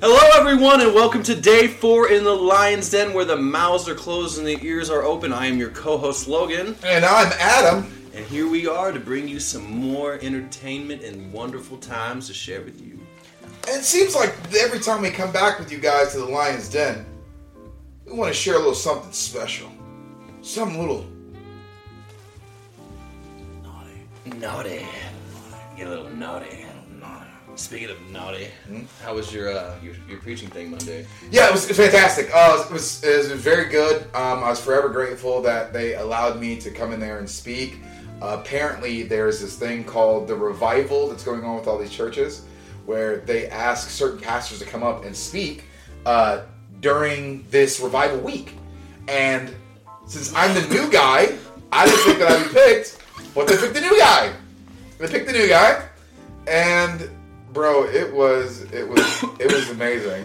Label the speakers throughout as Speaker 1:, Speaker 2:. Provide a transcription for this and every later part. Speaker 1: Hello, everyone, and welcome to day four in the Lion's Den, where the mouths are closed and the ears are open. I am your co-host Logan,
Speaker 2: And I'm Adam.
Speaker 1: and here we are to bring you some more entertainment and wonderful times to share with you.
Speaker 2: And it seems like every time we come back with you guys to the Lion's Den, we want to share a little something special. Some little.
Speaker 1: Naughty, get a little naughty. Speaking of naughty, how was your, uh, your your preaching thing Monday?
Speaker 2: Yeah, it was fantastic. Uh, it, was, it was very good. Um, I was forever grateful that they allowed me to come in there and speak. Uh, apparently, there's this thing called the revival that's going on with all these churches where they ask certain pastors to come up and speak uh, during this revival week. And since I'm the new guy, I didn't think that I'd be picked, but they picked the new guy. They picked the new guy, and bro, it was it was it was amazing,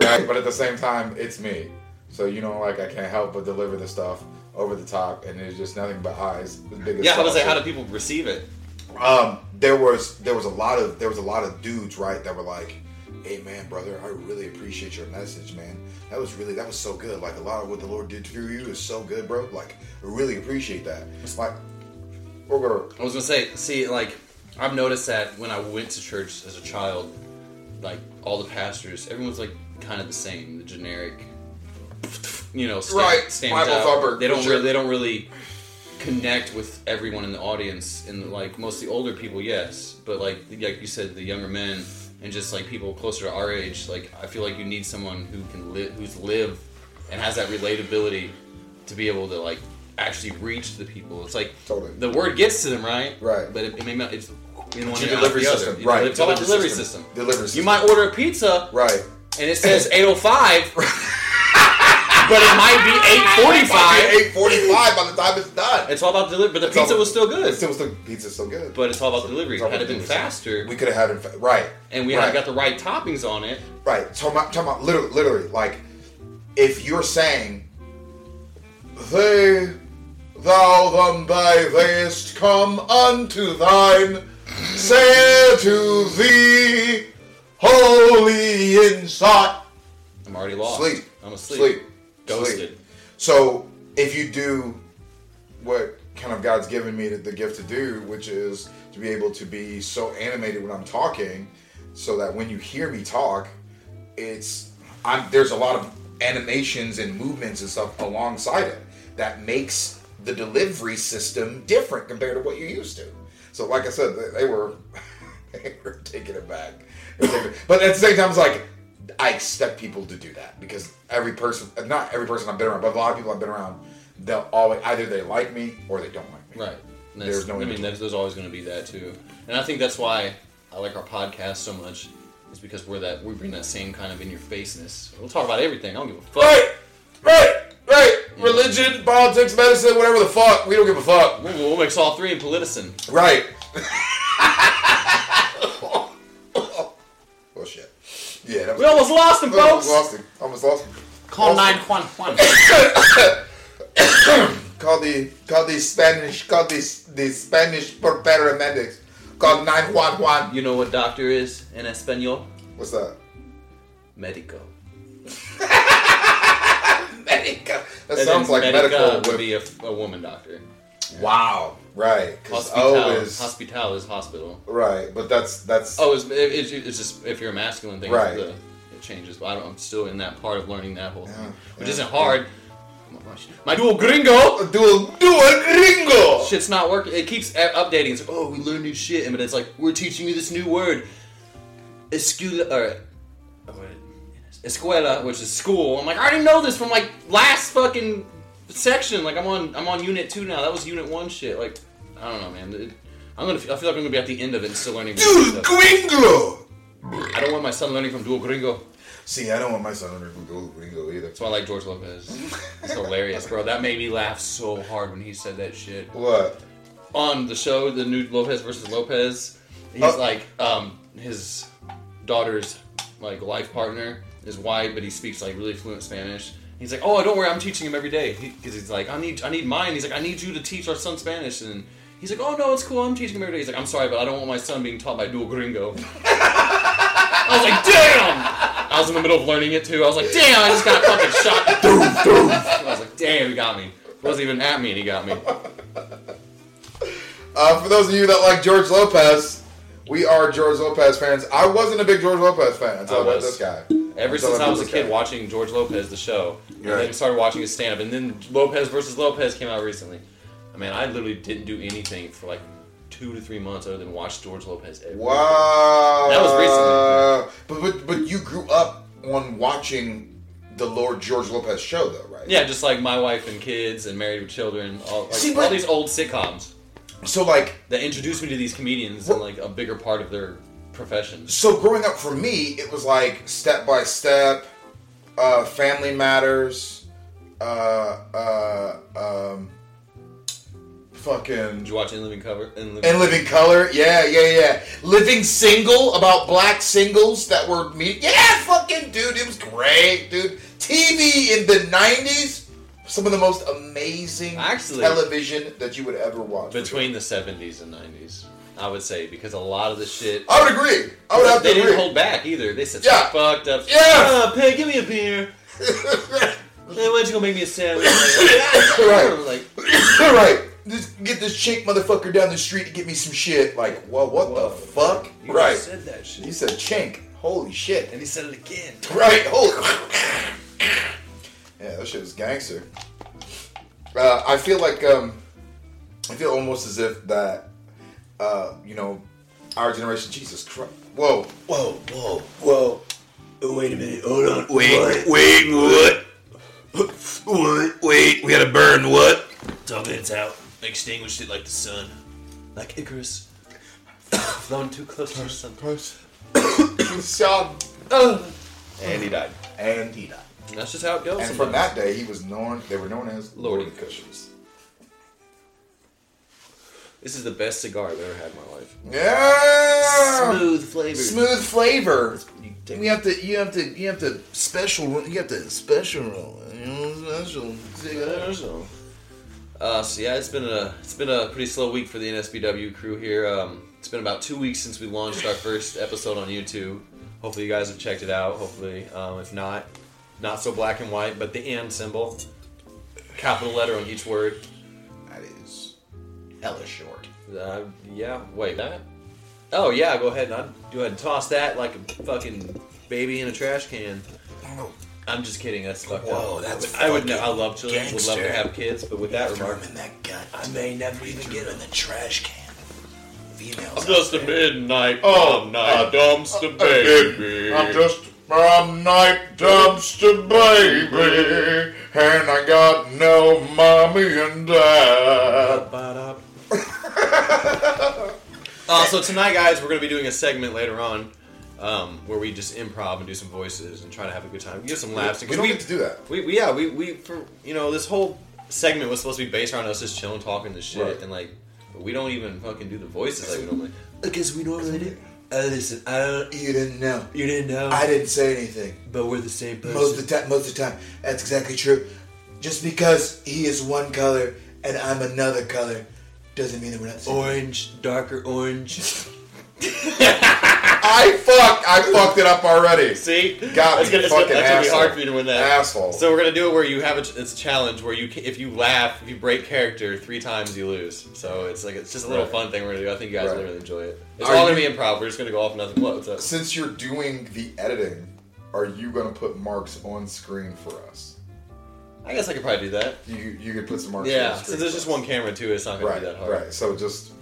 Speaker 2: right? But at the same time, it's me, so you know, like I can't help but deliver the stuff over the top, and there's just nothing but eyes as big as
Speaker 1: Yeah, I was like,
Speaker 2: saucers.
Speaker 1: how do people receive it?
Speaker 2: Um, there was there was a lot of there was a lot of dudes right that were like, "Hey man, brother, I really appreciate your message, man. That was really that was so good. Like a lot of what the Lord did through you is so good, bro. Like I really appreciate that. It's like, we're gonna-
Speaker 1: I was gonna say, see, like, I've noticed that when I went to church as a child, like, all the pastors, everyone's like kind of the same, the generic, you know, stand,
Speaker 2: Right,
Speaker 1: stands
Speaker 2: Bible
Speaker 1: out.
Speaker 2: thumper,
Speaker 1: They don't,
Speaker 2: sure.
Speaker 1: really, they don't really connect with everyone in the audience, and like mostly older people, yes, but like, like you said, the younger men and just like people closer to our age, like, I feel like you need someone who can live, who's lived, and has that relatability to be able to like actually reach the people. It's like
Speaker 2: Totally.
Speaker 1: the word gets to them, right?
Speaker 2: Right.
Speaker 1: But it, it may not. It's in one
Speaker 2: It's your
Speaker 1: ear, out
Speaker 2: delivery
Speaker 1: the other.
Speaker 2: system,
Speaker 1: You
Speaker 2: right.
Speaker 1: deli- It's all about delivery
Speaker 2: Delivery system.
Speaker 1: system.
Speaker 2: Delivery
Speaker 1: You
Speaker 2: system.
Speaker 1: might order a pizza
Speaker 2: right,
Speaker 1: and it says 805, but it might be 845.
Speaker 2: eight forty five by the time it's done.
Speaker 1: It's all about delivery, but the pizza
Speaker 2: all-
Speaker 1: was still good.
Speaker 2: It's still, still pizza's still good,
Speaker 1: But it's all about delivery.
Speaker 2: It's all
Speaker 1: Had it
Speaker 2: about
Speaker 1: been
Speaker 2: delivery.
Speaker 1: faster,
Speaker 2: we could have had it fa- right.
Speaker 1: and we
Speaker 2: right.
Speaker 1: had got the right toppings on it,
Speaker 2: Right. So I'm talking about literally, literally, like, if you're saying, they, thou, them, thy, theyest come unto thine, say to thee, holy inside.
Speaker 1: I'm already lost.
Speaker 2: Sleep.
Speaker 1: I'm asleep.
Speaker 2: Sleep.
Speaker 1: Ghosted.
Speaker 2: Sleep. So if you do what kind of God's given me the, the gift to do, which is to be able to be so animated when I'm talking, so that when you hear me talk, it's I'm, there's a lot of animations and movements and stuff alongside it that makes the delivery system different compared to what you're used to. So, like I said, they, they were they were taking it back, They were taking- but at the same time, it's like I expect people to do that because every person, not every person I've been around, but a lot of people I've been around, they'll always either they like me or they don't like me.
Speaker 1: Right. And that's-
Speaker 2: There's no
Speaker 1: I
Speaker 2: in
Speaker 1: mean,
Speaker 2: between.
Speaker 1: there's, there's always going to be that too, and I think that's why I like our podcast so much. Is because we're that we bring that same kind of in your faceness. We'll talk about everything. I don't give a fuck.
Speaker 2: Right, right, right. Religion, politics, medicine, whatever the fuck, we don't give a fuck.
Speaker 1: We'll, we'll mix all three in politicin.
Speaker 2: Right. oh shit. Yeah, that
Speaker 1: We
Speaker 2: was,
Speaker 1: almost lost him,
Speaker 2: I almost
Speaker 1: folks.
Speaker 2: lost him. Almost lost him.
Speaker 1: Call
Speaker 2: Lost
Speaker 1: nine
Speaker 2: him.
Speaker 1: one one.
Speaker 2: Call the call the Spanish call the the Spanish par- paramedics. Call nine one one.
Speaker 1: You know what doctor is in Espanol?
Speaker 2: What's that?
Speaker 1: Medico.
Speaker 2: Medica. That
Speaker 1: And
Speaker 2: sounds
Speaker 1: then
Speaker 2: like medical
Speaker 1: would be a, a woman doctor.
Speaker 2: Wow. Right. Because
Speaker 1: Hospital.
Speaker 2: O oh, is
Speaker 1: Hospital is hospital.
Speaker 2: right, but that's that's
Speaker 1: Oh, it's, it, it's, it's just if you're a masculine thing,
Speaker 2: Right.
Speaker 1: the, it changes. But I don't, I'm still in that part of learning that whole
Speaker 2: Yeah,
Speaker 1: thing, which
Speaker 2: yeah,
Speaker 1: isn't hard. My dual gringo
Speaker 2: dual dual gringo.
Speaker 1: shit's not working. It keeps a- updating. It's like, oh, we learned new shit, and but it's like we're teaching you this new word, escuela, or, or escuela, which is school. I'm like, I already know this from like last fucking section. Like I'm on, I'm on unit two now. That was unit one shit. Like, I don't know, man. It- I'm gonna, feel- I feel like I'm gonna be at the end of it and still learning. more
Speaker 2: Dual
Speaker 1: stuff.
Speaker 2: gringo.
Speaker 1: I don't want my son learning from Dual Gringo.
Speaker 2: See, I don't want my son under dual gringo either.
Speaker 1: That's why I like George Lopez. It's hilarious, bro. That made me laugh so hard when he said that shit.
Speaker 2: What?
Speaker 1: On the show, the new Lopez versus Lopez, he's
Speaker 2: Oh.
Speaker 1: like um, his daughter's like life partner, his wife, but he speaks like really fluent Spanish. He's like, oh, don't worry, I'm teaching him every day because he's like, I need, I need mine. He's like, I need you to teach our son Spanish, and he's like, oh no, it's cool, I'm teaching him every day. He's like, I'm sorry, but I don't want my son being taught by Dual Gringo. I was like, damn. I was in the middle of learning it too. I was like, damn, I just got fucking shot. Doof, doof. I was like, damn, he got me. Wasn't even at me, and he got me.
Speaker 2: Uh, for those of you that like George Lopez, we are George Lopez fans. I wasn't a big George Lopez fan until I,
Speaker 1: I
Speaker 2: met
Speaker 1: was.
Speaker 2: this guy.
Speaker 1: Ever
Speaker 2: Until
Speaker 1: since I
Speaker 2: met
Speaker 1: was a
Speaker 2: this
Speaker 1: kid
Speaker 2: guy.
Speaker 1: watching George Lopez, the show, and
Speaker 2: Right.
Speaker 1: then started watching his stand up, and then Lopez versus Lopez came out recently. I mean, I literally didn't do anything for like two to three months other than watch George Lopez. Every
Speaker 2: Wow.
Speaker 1: That was
Speaker 2: recently. But, but but you grew up on watching the Lord George Lopez show, though, right?
Speaker 1: Yeah, just like My Wife and Kids and Married with Children, all, like,
Speaker 2: See,
Speaker 1: all
Speaker 2: but-
Speaker 1: these old sitcoms
Speaker 2: So like,
Speaker 1: that introduced me to these comedians and like a bigger part of their profession.
Speaker 2: so growing up for me, it was like Step by Step, uh, Family Matters, uh, uh, um, fucking
Speaker 1: Did you watch In Living Cover? In Living
Speaker 2: And Living Color, yeah, yeah, yeah. Living Single about black singles that were me. Yeah, fucking dude, it was great, dude. TV in the '90s, some of the most amazing
Speaker 1: Actually-
Speaker 2: television that you would ever watch.
Speaker 1: Between the 70s and 90s, I would say, because a lot of the shit.
Speaker 2: I would agree. I would have
Speaker 1: they
Speaker 2: to
Speaker 1: didn't
Speaker 2: agree.
Speaker 1: hold back either. They said,
Speaker 2: Yeah.
Speaker 1: fucked up.
Speaker 2: Yeah.
Speaker 1: Oh, pig, give me a beer. Hey, why don't you go make me a sandwich?
Speaker 2: Right.
Speaker 1: Like,
Speaker 2: All right, just get this chick motherfucker down the street to get me some shit. Like, well, what
Speaker 1: Whoa.
Speaker 2: the fuck?
Speaker 1: you
Speaker 2: right.
Speaker 1: said that shit.
Speaker 2: he said chink. Holy shit.
Speaker 1: and he said it again.
Speaker 2: Right. Holy. yeah, that shit was gangster. Uh, I feel like um, I feel almost as if that uh, you know our generation. Jesus Christ! Whoa!
Speaker 3: Whoa, whoa, whoa. Oh, wait a minute. Hold on.
Speaker 2: Wait,
Speaker 3: wait, what? What? Wait, we gotta burn what? Dog it's out. Extinguished it like the sun.
Speaker 1: Like Icarus. Flown too close to the sun.
Speaker 2: Sean.
Speaker 1: And he died.
Speaker 2: And he died.
Speaker 1: And that's just how it goes.
Speaker 2: And from
Speaker 1: sometimes.
Speaker 2: that day, he was known. They were known as Lordy Cushions.
Speaker 1: This is the best cigar I've ever had in my life.
Speaker 2: Yeah.
Speaker 1: flavor.
Speaker 2: Smooth flavor.
Speaker 1: You take-
Speaker 2: You have to. You have to. You have to special. You have to special roll. You know, special.
Speaker 1: Uh, so yeah, it's been a it's been a pretty slow week for the NSBW crew here. Um, it's been about two weeks since we launched our first episode on YouTube. Hopefully, you guys have checked it out. Hopefully, um, if not, not so black and white, but the and symbol, capital letter on each word.
Speaker 2: That is hella short.
Speaker 1: Uh, yeah, wait. That? Oh yeah, go ahead and I'd go ahead and toss that like a fucking baby in a trash can. I'm just kidding. That's fucked
Speaker 3: Oh. Whoa,
Speaker 1: up.
Speaker 3: that's
Speaker 1: I would. know- I love children. Would love
Speaker 3: gangster.
Speaker 1: to have kids, but with that
Speaker 3: Throw
Speaker 1: remark,
Speaker 3: him in that gut. I may never even get in the trash can. Females.
Speaker 1: just a midnight
Speaker 2: Oh, prom night uh,
Speaker 1: dumpster
Speaker 2: I'm just from night dumpster baby, and I got no mommy and dad.
Speaker 1: uh, so tonight, guys, we're gonna be doing a segment later on. Um, where we just improv and do some voices and try to have a good time, get some laughs.
Speaker 2: We don't get to do that.
Speaker 1: We, we yeah, we, we for you know this whole segment was supposed to be based around us just chilling, talking this shit,
Speaker 2: Right.
Speaker 1: and like but we don't even fucking do the voices like we normally.
Speaker 3: Because we normally do.
Speaker 1: Uh, listen, I don't.
Speaker 2: You didn't know.
Speaker 1: You didn't know,
Speaker 2: I didn't say anything.
Speaker 1: but we're the same
Speaker 2: Most of the time, most of the time, that's exactly true. Just because he is one color and I'm another color, doesn't mean that we're not. the same.
Speaker 1: Orange, darker orange.
Speaker 2: I fucked. I fucked it up already.
Speaker 1: See,
Speaker 2: Got
Speaker 1: that's
Speaker 2: me,
Speaker 1: gonna, it's gonna-
Speaker 2: fucking
Speaker 1: that's gonna be
Speaker 2: asshole.
Speaker 1: hard for you to win that.
Speaker 2: Asshole.
Speaker 1: So we're gonna do it where you have a, ch- it's a challenge where you ca- if you laugh if you break character three times you lose. So it's like it's just a little
Speaker 2: Right.
Speaker 1: fun thing we're gonna do. I think you guys
Speaker 2: Right.
Speaker 1: will really enjoy it. It's
Speaker 2: Are
Speaker 1: all
Speaker 2: you-
Speaker 1: gonna be improv. We're just gonna go off nothing but. So.
Speaker 2: Since you're doing the editing, are you gonna put marks on screen for us?
Speaker 1: I guess I could probably do that.
Speaker 2: You you could put some marks.
Speaker 1: Yeah,
Speaker 2: on the
Speaker 1: since
Speaker 2: screen
Speaker 1: there's
Speaker 2: for
Speaker 1: just
Speaker 2: us.
Speaker 1: one camera too, it's not gonna
Speaker 2: Right,
Speaker 1: be that hard.
Speaker 2: right. So just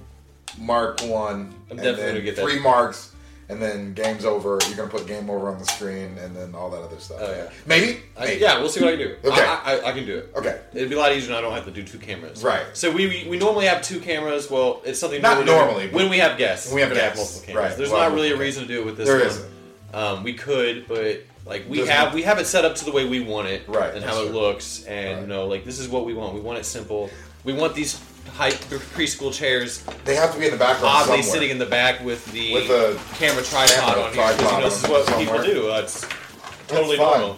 Speaker 2: mark one,
Speaker 1: I'm
Speaker 2: and
Speaker 1: definitely
Speaker 2: then
Speaker 1: gonna get that.
Speaker 2: three marks, and then game's over. You're gonna put game over on the screen, and then all that other stuff.
Speaker 1: Oh, yeah.
Speaker 2: Maybe.
Speaker 1: I,
Speaker 2: Maybe.
Speaker 1: yeah, we'll see what I can do.
Speaker 2: Okay.
Speaker 1: I, I, I- I can do it.
Speaker 2: Okay.
Speaker 1: It'd be a lot easier. and I don't have to do two cameras.
Speaker 2: Right.
Speaker 1: So we we, we normally have two cameras. Well, it's something
Speaker 2: Not
Speaker 1: we do
Speaker 2: normally, but-
Speaker 1: When we have guests,
Speaker 2: When we have
Speaker 1: we're gonna
Speaker 2: guests,
Speaker 1: multiple cameras.
Speaker 2: right.
Speaker 1: There's
Speaker 2: Well,
Speaker 1: not really a
Speaker 2: okay.
Speaker 1: reason to do it with this
Speaker 2: There
Speaker 1: one.
Speaker 2: isn't.
Speaker 1: Um, we could, but like we
Speaker 2: There's
Speaker 1: have
Speaker 2: no-
Speaker 1: we have it set up to the way we want it,
Speaker 2: Right,
Speaker 1: And
Speaker 2: that's
Speaker 1: how it
Speaker 2: true.
Speaker 1: looks, and you
Speaker 2: Right.
Speaker 1: know, like this is what we want. We want it simple. We want these high preschool chairs
Speaker 2: They have to be in the background.
Speaker 1: oddly
Speaker 2: somewhere.
Speaker 1: sitting in the back with the
Speaker 2: With a
Speaker 1: camera tripod
Speaker 2: camera
Speaker 1: on here because you
Speaker 2: tripod
Speaker 1: know, this is
Speaker 2: on
Speaker 1: what
Speaker 2: somewhere.
Speaker 1: people do. Uh, it's totally
Speaker 2: That's fine.
Speaker 1: normal.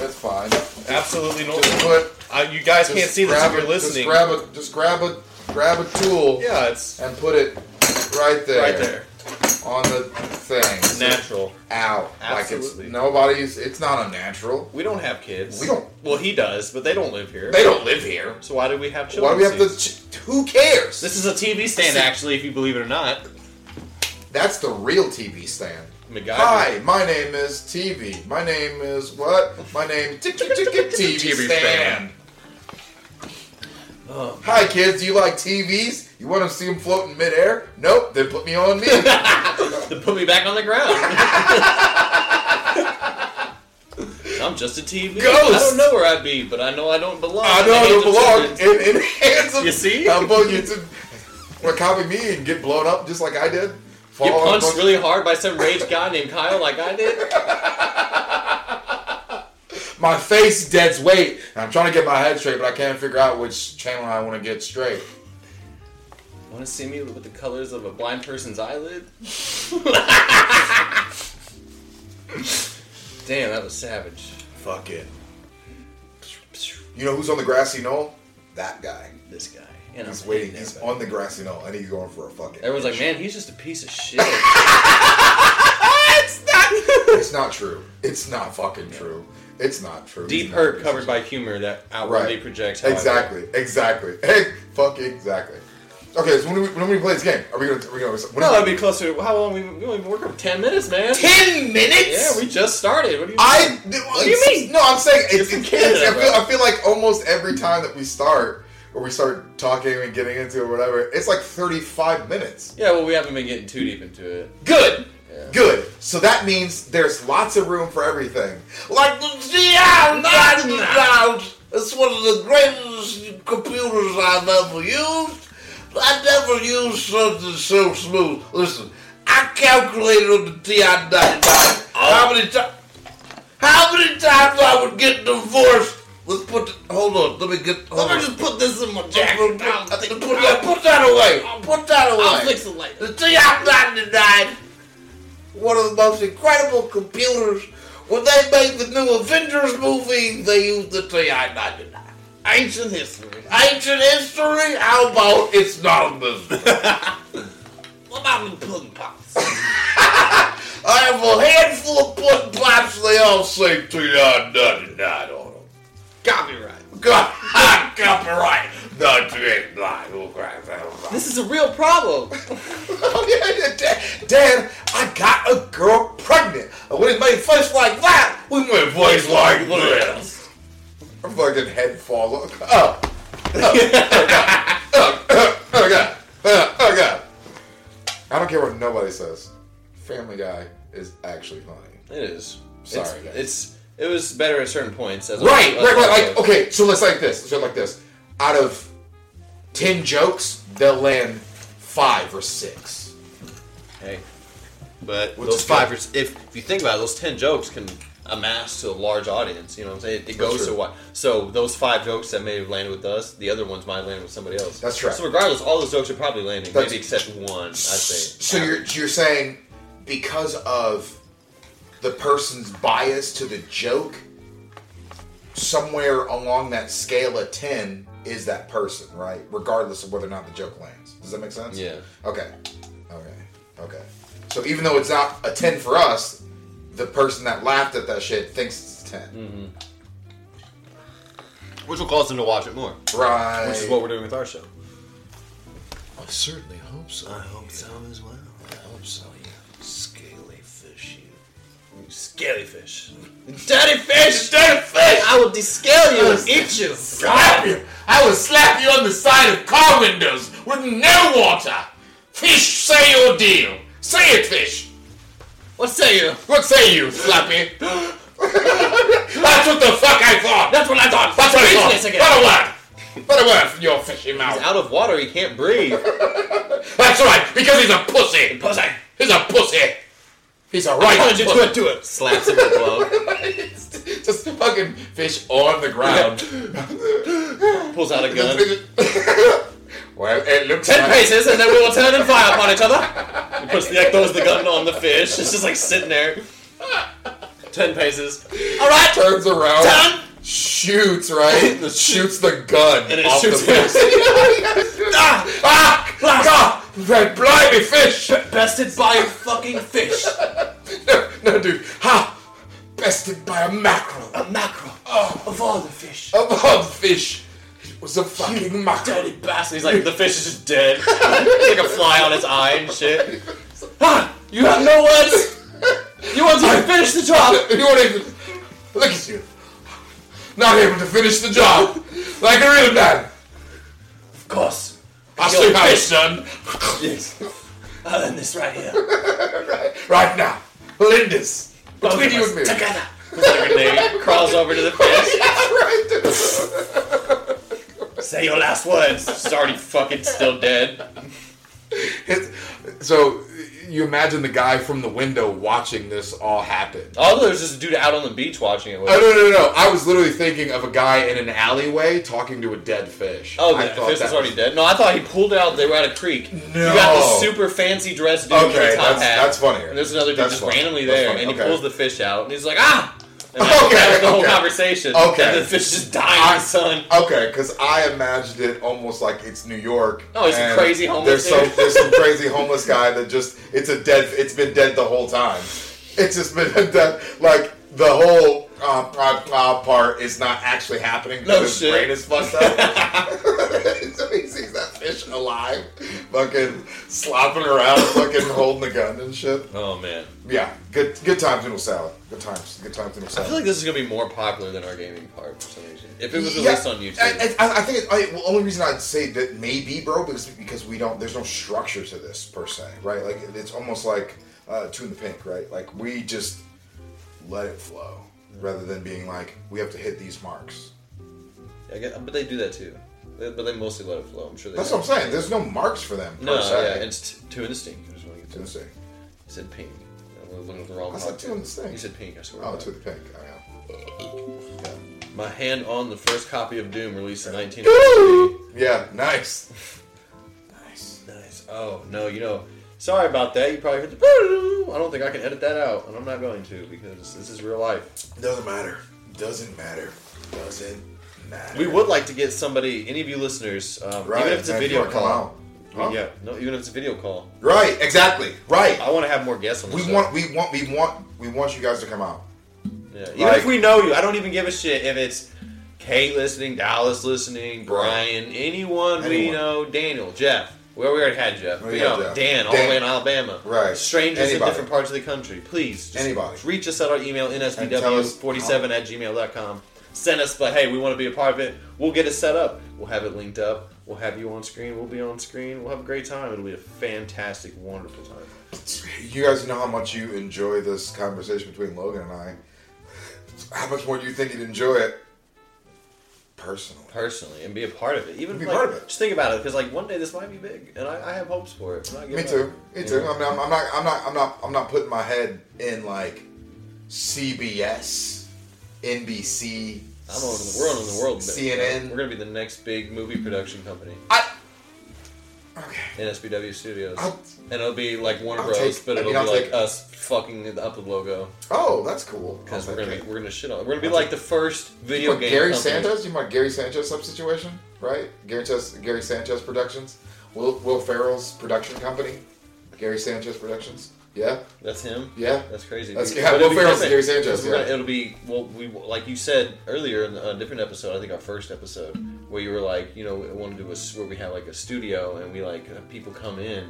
Speaker 2: That's fine. Just
Speaker 1: Absolutely normal.
Speaker 2: put.
Speaker 1: Uh, you guys
Speaker 2: just
Speaker 1: can't see this
Speaker 2: grab
Speaker 1: if you're
Speaker 2: a-
Speaker 1: listening.
Speaker 2: Just grab a. Just grab a. Grab a tool
Speaker 1: yeah, it's
Speaker 2: and put it right there.
Speaker 1: right there.
Speaker 2: on the thing.
Speaker 1: Natural.
Speaker 2: Out. Like it's
Speaker 1: Absolutely.
Speaker 2: nobody's. It's not unnatural.
Speaker 1: We don't have kids.
Speaker 2: We don't-
Speaker 1: Well, he does, but they don't live here.
Speaker 2: They don't live here.
Speaker 1: So why do we have
Speaker 2: Why do
Speaker 1: children?
Speaker 2: we have the? Ch- who cares?
Speaker 1: This is a TV stand, actually, if you believe it or not.
Speaker 2: That's the real TV stand.
Speaker 1: MacGyver.
Speaker 2: Hi, my name is TV. My name is what? My name tick, tick, tick, tick, TV
Speaker 1: TV
Speaker 2: stand.
Speaker 1: stand.
Speaker 2: Hi kids, do you like TVs? You want to see them float in midair? Nope, then put me on me.
Speaker 1: They put me back on the ground. I'm just a TV. I don't
Speaker 2: Ghost.
Speaker 1: know where I'd be, but I know I don't belong.
Speaker 2: I
Speaker 1: in
Speaker 2: know
Speaker 1: the
Speaker 2: I
Speaker 1: hands
Speaker 2: don't
Speaker 1: of
Speaker 2: belong
Speaker 1: children.
Speaker 2: in, in hands of.
Speaker 1: You see?
Speaker 2: I'm going to well, copy me and get blown up just like I did. Fall
Speaker 1: Get
Speaker 2: on a
Speaker 1: punched
Speaker 2: bunch-
Speaker 1: really hard by some rage guy named Kyle, like I did.
Speaker 2: My face dead's weight. And I'm trying to get my head straight, but I can't figure out which channel I want to get straight.
Speaker 1: Want to see me with the colors of a blind person's eyelid?
Speaker 4: Damn, that was savage.
Speaker 2: Fuck it. You know who's on the grassy knoll? That guy.
Speaker 4: This guy. And
Speaker 2: He's
Speaker 4: I'm
Speaker 2: waiting.
Speaker 4: hating
Speaker 2: He's
Speaker 4: everybody.
Speaker 2: on the grassy knoll, and he's going for a fucking.
Speaker 4: Everyone's like, man, he's just a piece of shit.
Speaker 2: it's not true. It's not fucking true. It's not true.
Speaker 1: Deep
Speaker 2: He's not
Speaker 1: hurt
Speaker 2: racist.
Speaker 1: covered by humor that outwardly
Speaker 2: Right.
Speaker 1: projects. how I
Speaker 2: Exactly. Exactly. Hey, fuck exactly. Okay, so when we, when we play this game, are we gonna? Are we gonna? When
Speaker 1: No, it'd be closer. to- How long? We we only work up ten minutes, man.
Speaker 2: ten minutes.
Speaker 1: Yeah, we just started. What do you?
Speaker 2: I.
Speaker 1: do you mean?
Speaker 2: No, I'm saying
Speaker 1: It's
Speaker 2: it's.
Speaker 1: in
Speaker 2: it's-
Speaker 1: Canada,
Speaker 2: it's- I, feel,
Speaker 1: bro.
Speaker 2: I feel like almost every time that we start, or we start talking and getting into it, or whatever, it's like 35 minutes.
Speaker 1: yeah, well, we haven't been getting too deep into it.
Speaker 2: Good. Good. So that means there's lots of room for everything. Like
Speaker 5: Yeah, not doubt. It's one of the greatest computers I've ever used. I never used something so smooth. Listen, I calculated on the TI-99 how many times, how many times I would get divorced. Let's put. The, hold on. Let me get. Hold on.
Speaker 1: put this in my
Speaker 5: Put, that, put that away. Put that away.
Speaker 1: it later.
Speaker 5: The TI-99, one of the most incredible computers. When they made the new Avengers movie, they used the TI-99.
Speaker 1: Ancient history.
Speaker 5: Ancient history? How about it's not a mystery?
Speaker 1: What about the pudding pops?
Speaker 5: I have a handful of pudding pops. They all say TI-99 on them.
Speaker 1: Copyright.
Speaker 5: God, copyright. No, TI-99. Oh, crap.
Speaker 1: This is a real problem.
Speaker 2: Oh, yeah, yeah, Dad, Dad, I got a girl pregnant. I wouldn't make face like that.
Speaker 5: We made voice like this.
Speaker 2: Her fucking head falls up. Oh, oh, oh, oh, God. Oh, oh, God. I don't care what nobody says. Family Guy is actually funny.
Speaker 1: It is.
Speaker 2: Sorry, guys.
Speaker 1: it's, it's it was better at certain points. As
Speaker 2: Right,
Speaker 1: as-
Speaker 2: right, right.
Speaker 1: as-
Speaker 2: Like, okay, so let's like this. Let's do it like this. Out of ten jokes, they'll land five or six.
Speaker 1: Hey, but
Speaker 2: Which
Speaker 1: those
Speaker 2: is
Speaker 1: five,
Speaker 2: good.
Speaker 1: or s- if, if you think about it, those ten jokes can amass to a large audience. You know what I'm saying? It, it goes
Speaker 2: true.
Speaker 1: to what? So those five jokes that may have landed with us, the other ones might land with somebody else.
Speaker 2: That's right.
Speaker 1: So regardless, all those jokes are probably landing,
Speaker 2: That's-
Speaker 1: maybe except one. I say.
Speaker 2: So you're you're saying because of the person's bias to the joke, somewhere along that scale of ten is that person, right? Regardless of whether or not the joke lands. Does that make sense?
Speaker 1: Yeah.
Speaker 2: Okay. Okay. Okay. So even though it's not a ten for us, the person that laughed at that shit thinks it's a ten.
Speaker 1: which will cause them to watch it more,
Speaker 2: Right.
Speaker 1: which is what we're doing with our show.
Speaker 5: I certainly hope so. I hope so
Speaker 1: as well.
Speaker 5: I hope so, you scaly fish, you.
Speaker 1: Scaly fish, dirty fish, dirty fish. I will descale you and eat you.
Speaker 5: Slap you! I would slap you on the side of car windows with no water! Fish, say your deal! Say it, fish!
Speaker 1: What say you?
Speaker 5: What say you, Slappy? That's what the fuck I thought! That's what I thought! That's what I thought!
Speaker 1: Business again.
Speaker 5: What a word! What a word from your fishy mouth!
Speaker 1: He's out of water. He can't breathe.
Speaker 5: That's right, because he's a pussy! Pussy! He's a pussy! He's a right
Speaker 1: Punch
Speaker 5: pussy!
Speaker 1: it to it, to it. Slaps him with a glove.
Speaker 2: Just fucking fish on the ground.
Speaker 1: Pulls out a gun.
Speaker 2: well, it looks
Speaker 1: Ten
Speaker 2: like-
Speaker 1: paces, and then we will turn and fire upon each other. He puts the, like, throws the gun on the fish. It's just like sitting there. Ten paces. All right.
Speaker 2: turns around,
Speaker 1: Done.
Speaker 2: shoots right,
Speaker 1: The-
Speaker 2: shoots the gun
Speaker 1: And it
Speaker 2: off
Speaker 1: shoots
Speaker 2: the
Speaker 1: him.
Speaker 2: person. ah, ah, ah,
Speaker 5: Right, blimey, fish!
Speaker 6: Bested by a fucking fish.
Speaker 5: No, no, dude. Ha! Bested by a mackerel.
Speaker 6: A mackerel. Of all the fish.
Speaker 5: Of all the fish, it was a fucking mackerel.
Speaker 6: Dirty bastard.
Speaker 1: He's like, the fish is just dead. It's like a fly on its eye and shit.
Speaker 6: Ah, you have no words. You want to finish the job.
Speaker 5: You won't even look at you. Not able to finish the job like a real man.
Speaker 6: Of course.
Speaker 5: I say hi, son.
Speaker 6: Yes. I'll end this right here.
Speaker 5: Right now, Linda's between you and me.
Speaker 6: Together.
Speaker 1: Like grenade crawls over to the fish.
Speaker 5: Right, dude.
Speaker 1: Say your last words. It's already fucking still dead.
Speaker 5: It's- So you imagine the guy from the window watching this all happen.
Speaker 1: Oh, there's this dude out on the beach watching it. With
Speaker 5: Oh no no no! I was literally thinking of a guy in an alleyway talking to a dead fish.
Speaker 1: Oh,
Speaker 5: I
Speaker 1: the
Speaker 5: thought
Speaker 1: fish
Speaker 5: that
Speaker 1: was already dead. No, I thought he pulled out. They were at a creek.
Speaker 5: No.
Speaker 1: You got this super fancy dressed dude with
Speaker 5: Okay,
Speaker 1: a top
Speaker 5: that's-
Speaker 1: hat.
Speaker 5: that's funnier.
Speaker 1: And there's another dude
Speaker 5: That's
Speaker 1: just
Speaker 5: funny.
Speaker 1: randomly
Speaker 5: That's
Speaker 1: there,
Speaker 5: funny,
Speaker 1: and he
Speaker 5: okay.
Speaker 1: pulls the fish out, and he's like, ah. And that,
Speaker 5: Okay,
Speaker 1: that was the whole
Speaker 5: okay.
Speaker 1: conversation.
Speaker 5: Okay.
Speaker 1: And the fish just dying in
Speaker 5: I-
Speaker 1: the sun.
Speaker 5: Okay, because I imagined it almost like it's New York.
Speaker 1: Oh, it's a
Speaker 5: and
Speaker 1: crazy homeless
Speaker 5: There's some
Speaker 1: dude.
Speaker 5: there's some crazy homeless guy that just it's a dead. It's been dead the whole time. It's just been a dead. Like the whole uh, uh, uh, part is not actually happening. 'cause
Speaker 1: No
Speaker 5: his
Speaker 1: shit.
Speaker 5: brain is fucked up. so he sees that fish alive, fucking slopping around, fucking holding the gun and shit.
Speaker 1: Oh man,
Speaker 5: Yeah, good good times noodle salad. Good times. Good times noodle
Speaker 1: I
Speaker 5: salad.
Speaker 1: feel like this is gonna be more popular than our gaming part for some reason. If it was
Speaker 5: Yeah,
Speaker 1: released on YouTube,
Speaker 5: I, I, I think it, I, well, only reason I'd say that maybe, bro, is because we don't. There's no structure to this per se, right? Like it's almost like uh, two in the pink, right? Like we just let it flow rather than being like we have to hit these marks.
Speaker 1: I guess, but they do that too. They- but they mostly let it flow. I'm sure they.
Speaker 5: That's
Speaker 1: do.
Speaker 5: what I'm saying. There's no marks for them per
Speaker 1: No, yeah,
Speaker 5: se.
Speaker 1: it's t- two in the stink. I just want to get to
Speaker 5: Two in the
Speaker 1: it.
Speaker 5: sink.
Speaker 1: I said pink. I'm looking at the wrong.
Speaker 5: I said
Speaker 1: podcast.
Speaker 5: two in the stink.
Speaker 1: You said pink. I swear. to
Speaker 5: Oh,
Speaker 1: God.
Speaker 5: two in the pink. Oh, yeah.
Speaker 1: My hand on the first copy of Doom released in 1983.
Speaker 5: Yeah. yeah. Nice. nice.
Speaker 1: nice. Oh, no, you know, sorry about that. You probably heard the. boo. I don't think I can edit that out, and I'm not going to because this is real life.
Speaker 5: Doesn't matter. Doesn't matter. Doesn't matter.
Speaker 1: We would like to get somebody, any of you listeners, um,
Speaker 5: Right,
Speaker 1: even if it's a
Speaker 5: man,
Speaker 1: video
Speaker 5: come
Speaker 1: call.
Speaker 5: out. Huh?
Speaker 1: Yeah, no, even if it's a video call.
Speaker 5: Right, exactly. Right.
Speaker 1: I want to have more guests on the
Speaker 5: We
Speaker 1: show.
Speaker 5: want, we want, we want, we want you guys to come out.
Speaker 1: yeah. Even
Speaker 5: like-
Speaker 1: if we know you, I don't even give a shit if it's Kate listening, Dallas listening, Brian, anyone, we
Speaker 5: Anyone.
Speaker 1: know, Daniel, Jeff. Well, we already had Jeff.
Speaker 5: We
Speaker 1: We
Speaker 5: got
Speaker 1: know,
Speaker 5: Jeff.
Speaker 1: Dan, all the
Speaker 5: Dan.
Speaker 1: way in Alabama.
Speaker 5: Right.
Speaker 1: Strangers in
Speaker 5: Anybody.
Speaker 1: different parts of the country. Please, just
Speaker 5: Anybody.
Speaker 1: reach us at our email,
Speaker 5: tell us
Speaker 1: nsbw47 at gmail.com. Send us, but hey, we want to be a part of it. We'll get it set up. We'll have it linked up. We'll have you on screen. We'll be on screen. We'll have a great time. It'll be a fantastic, wonderful time.
Speaker 5: You guys know how much you enjoy this conversation between Logan and I. How much more do you think you'd enjoy it personally?
Speaker 1: personally and be a part of it. Even
Speaker 5: Be
Speaker 1: like,
Speaker 5: part of it.
Speaker 1: Just think about it, because like one day this might be big, and I, I have hopes for it. I'm not
Speaker 5: Me
Speaker 1: giving
Speaker 5: too.
Speaker 1: up.
Speaker 5: Me
Speaker 1: You
Speaker 5: too.
Speaker 1: know?
Speaker 5: I mean, I'm, I'm not, I'm not, I'm not, I'm not putting my head in like CBS, NBC.
Speaker 1: I'm on the world on the world. bit.
Speaker 5: CNN.
Speaker 1: We're gonna be the next big movie production company,
Speaker 5: I. Okay.
Speaker 1: NSBW Studios,
Speaker 5: I'll-
Speaker 1: and it'll be like Warner
Speaker 5: I'll
Speaker 1: Bros,
Speaker 5: take-
Speaker 1: but
Speaker 5: I
Speaker 1: it'll
Speaker 5: mean,
Speaker 1: be
Speaker 5: I'll
Speaker 1: like
Speaker 5: take-
Speaker 1: us fucking up the logo
Speaker 5: Oh, that's cool.
Speaker 1: because
Speaker 5: I'll
Speaker 1: we're gonna
Speaker 5: take
Speaker 1: be,
Speaker 5: it.
Speaker 1: we're gonna shit on. We're gonna be
Speaker 5: I'll
Speaker 1: like
Speaker 5: take
Speaker 1: the first video
Speaker 5: But
Speaker 1: game.
Speaker 5: Gary
Speaker 1: company.
Speaker 5: Sanchez, you my Gary Sanchez sub situation, right? Gary Sanchez, Gary Sanchez Productions, Will Will Ferrell's production company, Gary Sanchez Productions. Yeah,
Speaker 1: That's him.
Speaker 5: yeah.
Speaker 1: That's crazy.
Speaker 5: That's-
Speaker 1: dude.
Speaker 5: yeah,
Speaker 1: But
Speaker 5: Will
Speaker 1: it'll be
Speaker 5: Ferrell's
Speaker 1: different,
Speaker 5: Gary Sanchez,
Speaker 1: 'cause we're
Speaker 5: yeah.
Speaker 1: gonna- it'll be well, we like you said earlier in a different episode. I think our first episode where you were like, you know, we want to do a s- where we have like a studio and we like uh, people come in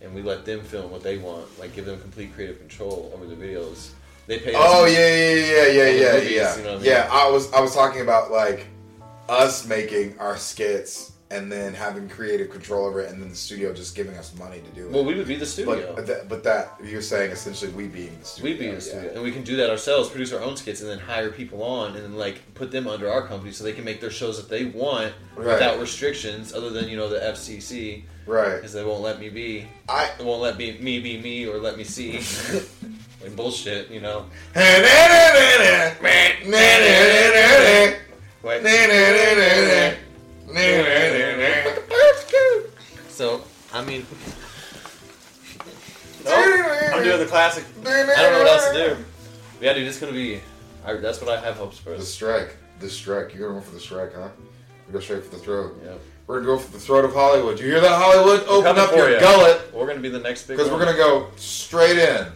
Speaker 1: and we let them film what they want, like give them complete creative control over the videos. They pay. us-
Speaker 5: Oh yeah, yeah, yeah, yeah, yeah,
Speaker 1: movies,
Speaker 5: yeah.
Speaker 1: you know what I mean?
Speaker 5: Yeah, I was I was talking about like us making our skits and then having creative control over it, and then the studio just giving us money to do it.
Speaker 1: Well, we would be the studio.
Speaker 5: but that, but that you're saying essentially we being the studio.
Speaker 1: We'd be in
Speaker 5: yeah.
Speaker 1: the studio, and we can do that ourselves. Produce our own skits, and then hire people on, and then like put them under our company, so they can make their shows that they want
Speaker 5: Right.
Speaker 1: without restrictions, other than you know the FCC,
Speaker 5: Right.
Speaker 1: because they won't let me be.
Speaker 5: I
Speaker 1: It won't let be me be me or let me see. like bullshit, you know. Right? So I mean, I'm doing the classic. I don't know what else to do. But yeah, dude, it's gonna be. I, that's what I have hopes for.
Speaker 5: The strike. The strike. You're going to go for the strike, huh? We go straight for the throat.
Speaker 1: Yeah.
Speaker 5: We're gonna go for the throat of Hollywood. You hear that, Hollywood? Open
Speaker 1: coming
Speaker 5: up
Speaker 1: for
Speaker 5: your
Speaker 1: ya.
Speaker 5: gullet
Speaker 1: We're gonna be the next big.
Speaker 5: because we're
Speaker 1: one.
Speaker 5: gonna go straight in.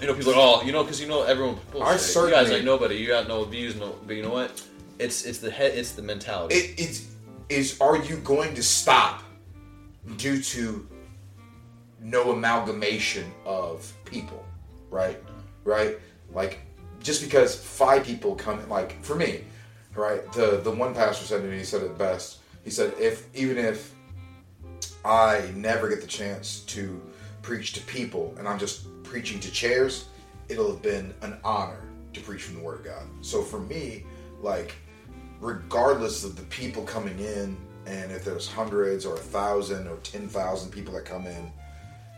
Speaker 1: You know, people are all you know because you know everyone. People
Speaker 5: I
Speaker 1: say, you guys
Speaker 5: certainly-
Speaker 1: like nobody. You got no views, no. But you know what? It's it's the head. It's the mentality.
Speaker 5: It, it's is are you going to stop due to no amalgamation of people, right? Right? Like just because five people come, like for me, right? The the one pastor said to me, he said it best. He said if even if I never get the chance to preach to people and I'm just preaching to chairs, it'll have been an honor to preach from the Word of God. So for me, like, regardless of the people coming in, and if there's hundreds or a thousand or ten thousand people that come in,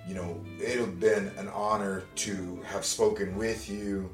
Speaker 5: you know, it'll have been an honor to have spoken with you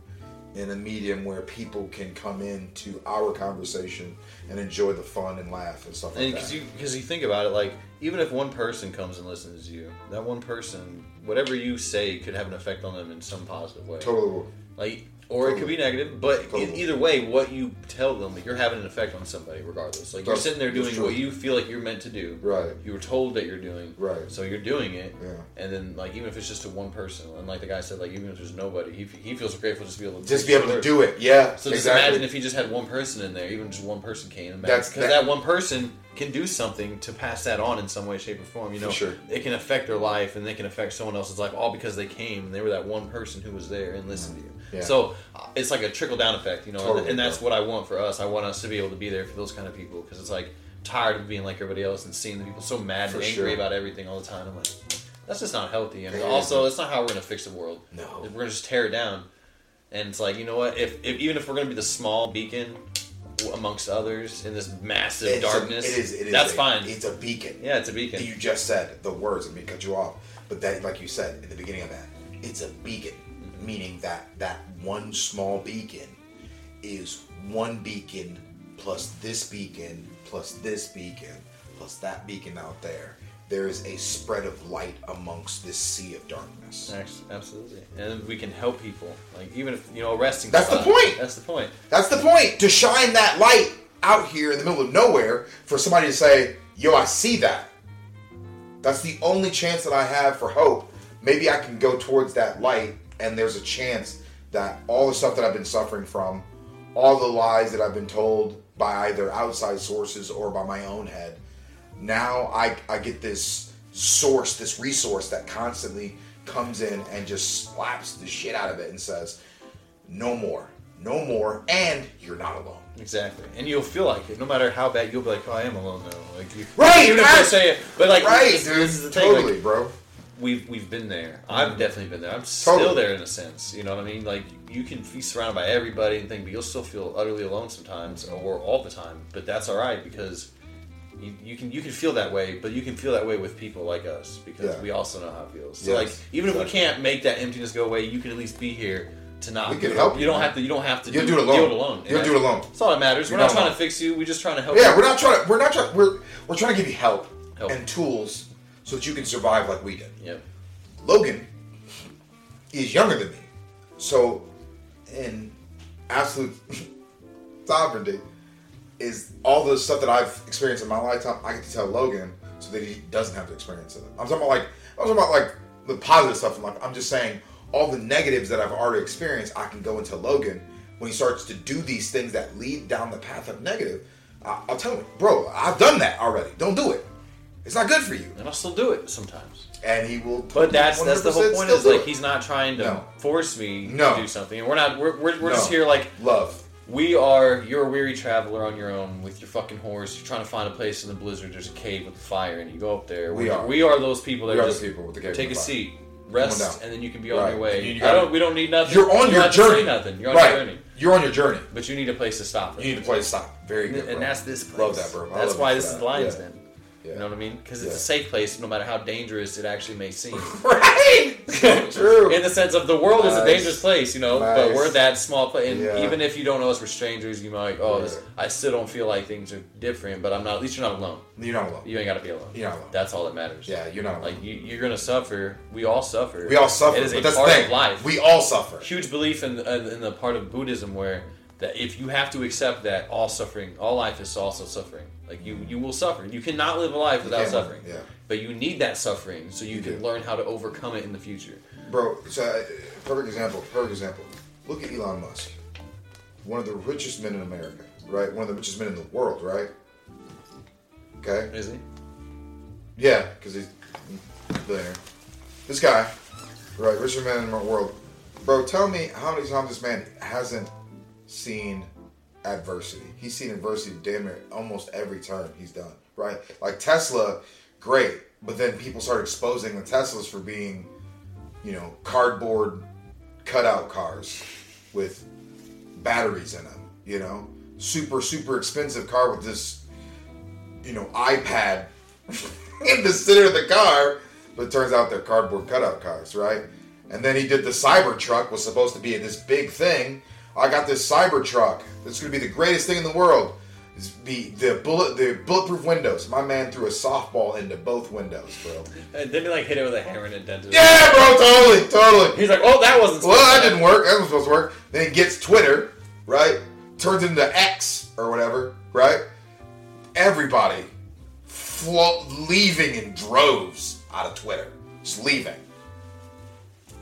Speaker 5: in a medium where people can come in to our conversation and enjoy the fun and laugh and stuff like
Speaker 1: and
Speaker 5: that.
Speaker 1: because you because you think about it, like even if one person comes and listens to you, that one person, whatever you say, could have an effect on them in some positive way.
Speaker 5: totally.
Speaker 1: Like, or it could be negative, but e-
Speaker 5: Totally.
Speaker 1: either way, what you tell them, you're having an effect on somebody, regardless. Like you're
Speaker 5: That's-
Speaker 1: sitting there
Speaker 5: that's
Speaker 1: doing
Speaker 5: true.
Speaker 1: what you feel like you're meant to do.
Speaker 5: Right.
Speaker 1: You were told that you're doing.
Speaker 5: Right.
Speaker 1: So you're doing it.
Speaker 5: Yeah.
Speaker 1: And then, like, even if it's just to one person, and like the guy said, like even if there's nobody, he, he feels grateful just to be able to
Speaker 5: just
Speaker 1: preach
Speaker 5: be able
Speaker 1: the
Speaker 5: to
Speaker 1: word.
Speaker 5: do it. Yeah,
Speaker 1: So just
Speaker 5: exactly.
Speaker 1: imagine if he just had one person in there, even just one person came. and
Speaker 5: That's-
Speaker 1: because
Speaker 5: that-
Speaker 1: that, one person can do something to pass that on in some way, shape, or form. You know,
Speaker 5: sure.
Speaker 1: it can affect their life, and they can affect someone else's life, all because they came and they were that one person who was there and listened to you.
Speaker 5: Yeah.
Speaker 1: So uh, it's like a trickle down effect, you know, and-
Speaker 5: Totally,
Speaker 1: and, that's
Speaker 5: bro.
Speaker 1: what I want for us. I want us to be able to be there for those kind of people because it's like tired of being like everybody else and seeing the people so mad
Speaker 5: For
Speaker 1: and angry
Speaker 5: sure.
Speaker 1: about everything all the time. I'm like, that's just not healthy, and
Speaker 5: Yeah.
Speaker 1: also that's not how we're gonna fix the world.
Speaker 5: No.
Speaker 1: we're gonna just tear it down. And it's like, you know what? If, if even if we're gonna be the small beacon amongst others in this massive
Speaker 5: It's a-
Speaker 1: darkness,
Speaker 5: it is. It is.
Speaker 1: that's
Speaker 5: a-
Speaker 1: fine.
Speaker 5: It's a beacon.
Speaker 1: yeah, it's a beacon.
Speaker 5: You just said the words. I'm gonna cut you off, but that, like you said at the beginning of that, it's a beacon, meaning that that one small beacon is one beacon plus this beacon plus this beacon plus that beacon out there. There is a spread of light amongst this sea of darkness.
Speaker 1: Ex- Absolutely, and we can help people. Like even if you know arresting.
Speaker 5: That's the
Speaker 1: somebody-
Speaker 5: point!
Speaker 1: That's the point.
Speaker 5: That's the point to shine that light out here in the middle of nowhere for somebody to say, "Yo, I see that." That's the only chance that I have for hope. Maybe I can go towards that light, and there's a chance that all the stuff that I've been suffering from, all the lies that I've been told by either outside sources or by my own head, now I, I get this source, this resource that constantly comes in and just slaps the shit out of it and says, no more, no more, and you're not alone.
Speaker 1: Exactly, and you'll feel like it no matter how bad. You'll be like, oh, I am alone now. Like you,
Speaker 5: Right,
Speaker 1: Even if
Speaker 5: right.
Speaker 1: they say it, but like
Speaker 5: Right,
Speaker 1: this,
Speaker 5: dude.
Speaker 1: this is the thing. like,
Speaker 5: totally, bro.
Speaker 1: we've we've been there. I've definitely been there. I'm still
Speaker 5: Mm-hmm. Totally.
Speaker 1: there in a sense. You know what I mean? Like you can be surrounded by everybody and thing, but you'll still feel utterly alone sometimes, or all the time. But that's all right because you, you can you can feel that way, but you can feel that way with people like us because
Speaker 5: Yeah.
Speaker 1: we also know how it feels. So
Speaker 5: Yes,
Speaker 1: like even if we
Speaker 5: exactly.
Speaker 1: can't make that emptiness go away, you can at least be here to not.
Speaker 5: We can help
Speaker 1: You
Speaker 5: you,
Speaker 1: don't
Speaker 5: man.
Speaker 1: have to. You don't have to.
Speaker 5: You'll
Speaker 1: do,
Speaker 5: do it alone.
Speaker 1: Deal it alone.
Speaker 5: You'll
Speaker 1: And
Speaker 5: do it alone.
Speaker 1: That's all that matters.
Speaker 5: You're
Speaker 1: we're not
Speaker 5: not
Speaker 1: trying
Speaker 5: alone.
Speaker 1: to fix you. We're just trying to help.
Speaker 5: Yeah,
Speaker 1: you.
Speaker 5: we're not trying to. We're not trying. We're we're trying to give you help,
Speaker 1: Help.
Speaker 5: and tools so that you can survive like we did.
Speaker 1: Yep.
Speaker 5: Logan is younger than me, so in absolute sovereignty is all the stuff that I've experienced in my lifetime. I get to tell Logan so that he doesn't have to experience it. I'm talking about like I'm talking about like the positive stuff in life. I'm just saying all the negatives that I've already experienced. I can go into Logan when he starts to do these things that lead down the path of negative. I- I'll tell him, bro, I've done that already. Don't do it. It's not good for you.
Speaker 1: And I'll still do it sometimes.
Speaker 5: And he will.
Speaker 1: But that's that's the whole
Speaker 5: 100%
Speaker 1: point.
Speaker 5: still
Speaker 1: Is
Speaker 5: do
Speaker 1: like
Speaker 5: it.
Speaker 1: he's not trying to
Speaker 5: No.
Speaker 1: force me
Speaker 5: No.
Speaker 1: to do something, and we're not. We're, we're, we're
Speaker 5: No.
Speaker 1: just here like
Speaker 5: love.
Speaker 1: we are. You're a weary traveler on your own with your fucking horse. You're trying to find a place in the blizzard. There's a cave with fire, and you go up there.
Speaker 5: We
Speaker 1: We're-
Speaker 5: are.
Speaker 1: We are those people that
Speaker 5: We are the
Speaker 1: just
Speaker 5: people with the cave
Speaker 1: take a
Speaker 5: with the fire.
Speaker 1: seat,
Speaker 5: Come on down.
Speaker 1: rest, and then you can be on
Speaker 5: Right.
Speaker 1: your way.
Speaker 5: You- you
Speaker 1: I
Speaker 5: gotta-
Speaker 1: don't. We don't need nothing.
Speaker 5: You're on
Speaker 1: You don't
Speaker 5: your
Speaker 1: have to say
Speaker 5: journey.
Speaker 1: nothing. You're on
Speaker 5: right.
Speaker 1: your journey,
Speaker 5: You're on your journey.
Speaker 1: but you need a place to stop it.
Speaker 5: You need to play stop. Very good.
Speaker 1: and
Speaker 5: bro.
Speaker 1: that's this place.
Speaker 5: Love that, bro. I
Speaker 1: That's
Speaker 5: love
Speaker 1: why
Speaker 5: you for
Speaker 1: this is
Speaker 5: that.
Speaker 1: Lions
Speaker 5: Yeah.
Speaker 1: Den.
Speaker 5: Yeah.
Speaker 1: You know what I mean? Because
Speaker 5: Yeah.
Speaker 1: it's a safe place, no matter how dangerous it actually may seem.
Speaker 5: Right. So true.
Speaker 1: in the sense of the world is a
Speaker 5: Nice.
Speaker 1: dangerous place, you know,
Speaker 5: Nice.
Speaker 1: but we're that small place. And
Speaker 5: Yeah.
Speaker 1: even if you don't know us, we're strangers. You might, like, oh, this,
Speaker 5: Yeah.
Speaker 1: I still don't feel like things are different, but I'm not. At least you're not alone.
Speaker 5: You're not alone.
Speaker 1: You ain't got to be alone.
Speaker 5: You're not alone.
Speaker 1: That's all that matters.
Speaker 5: Yeah, you're not alone.
Speaker 1: Like you, you're gonna suffer. We all suffer.
Speaker 5: we all suffer.
Speaker 1: It is a
Speaker 5: but that's
Speaker 1: part
Speaker 5: the thing.
Speaker 1: of life.
Speaker 5: We all suffer.
Speaker 1: Huge belief in uh, in the part of Buddhism where that if you have to accept that all suffering, all life is also suffering. Like you, you will suffer. You cannot live a life without
Speaker 5: can't-
Speaker 1: suffering.
Speaker 5: yeah.
Speaker 1: But you need that suffering so you, can
Speaker 5: do.
Speaker 1: learn how to overcome it in the future.
Speaker 5: Bro, so uh, perfect example. Perfect example. Look at Elon Musk, one of the richest men in America, right? One of the richest men in the world, right? Okay.
Speaker 1: Is he?
Speaker 5: Yeah, because he's a billionaire. This guy, right, richest man in the world. Bro, tell me how many times this man hasn't seen adversity. He's seen adversity damn near almost every turn he's done, right? Like Tesla, great, but then people start exposing the Teslas for being, you know, cardboard cutout cars with batteries in them, you know? Super, super expensive car with this you know, iPad in the center of the car, but it turns out they're cardboard cutout cars, right? And then he did the Cybertruck, was supposed to be this big thing. I got this Cybertruck. It's gonna be the greatest thing in the world. It's be the bullet, the bulletproof windows. My man threw a softball into both windows, bro.
Speaker 1: And then Uh, he like hit it with a hammer and dented.
Speaker 5: Yeah, bro, totally, totally.
Speaker 1: He's like, oh, that wasn't.
Speaker 5: Well, that didn't work. That was supposed to work. Then it gets Twitter, right? Turns into X or whatever, right? Everybody flo- leaving in droves out of Twitter. Just leaving.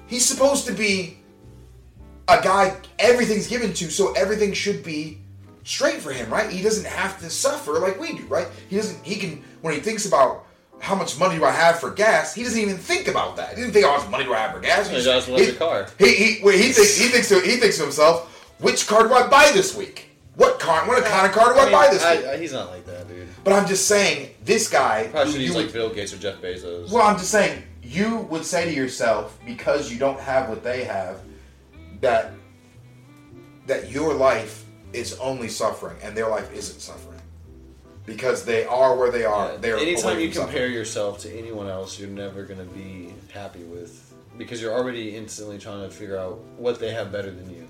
Speaker 5: He's supposed to be a guy everything's given to, so everything should be straight for him, right? He doesn't have to suffer like we do, right? He doesn't. He can when he thinks about how much money do I have for gas, he doesn't even think about that. He doesn't think "Oh, how much money do I have for gas.
Speaker 1: He just loves the car.
Speaker 5: He he, well, he thinks he thinks to, he thinks to himself, which car do I buy this week? What car? What kind of car do I, buy this week?
Speaker 1: I, I, he's not like that, dude.
Speaker 5: but I'm just saying, this guy.
Speaker 1: Probably
Speaker 5: who
Speaker 1: should
Speaker 5: you
Speaker 1: use
Speaker 5: would-
Speaker 1: like Bill Gates or Jeff Bezos.
Speaker 5: well, I'm just saying, you would say to yourself because you don't have what they have that that your life is only suffering and their life isn't suffering because they are where they are.
Speaker 1: Yeah,
Speaker 5: They are
Speaker 1: Anytime
Speaker 5: away
Speaker 1: you
Speaker 5: from suffering.
Speaker 1: compare yourself to anyone else, you're never going to be happy with because you're already instantly trying to figure out what they have better than you.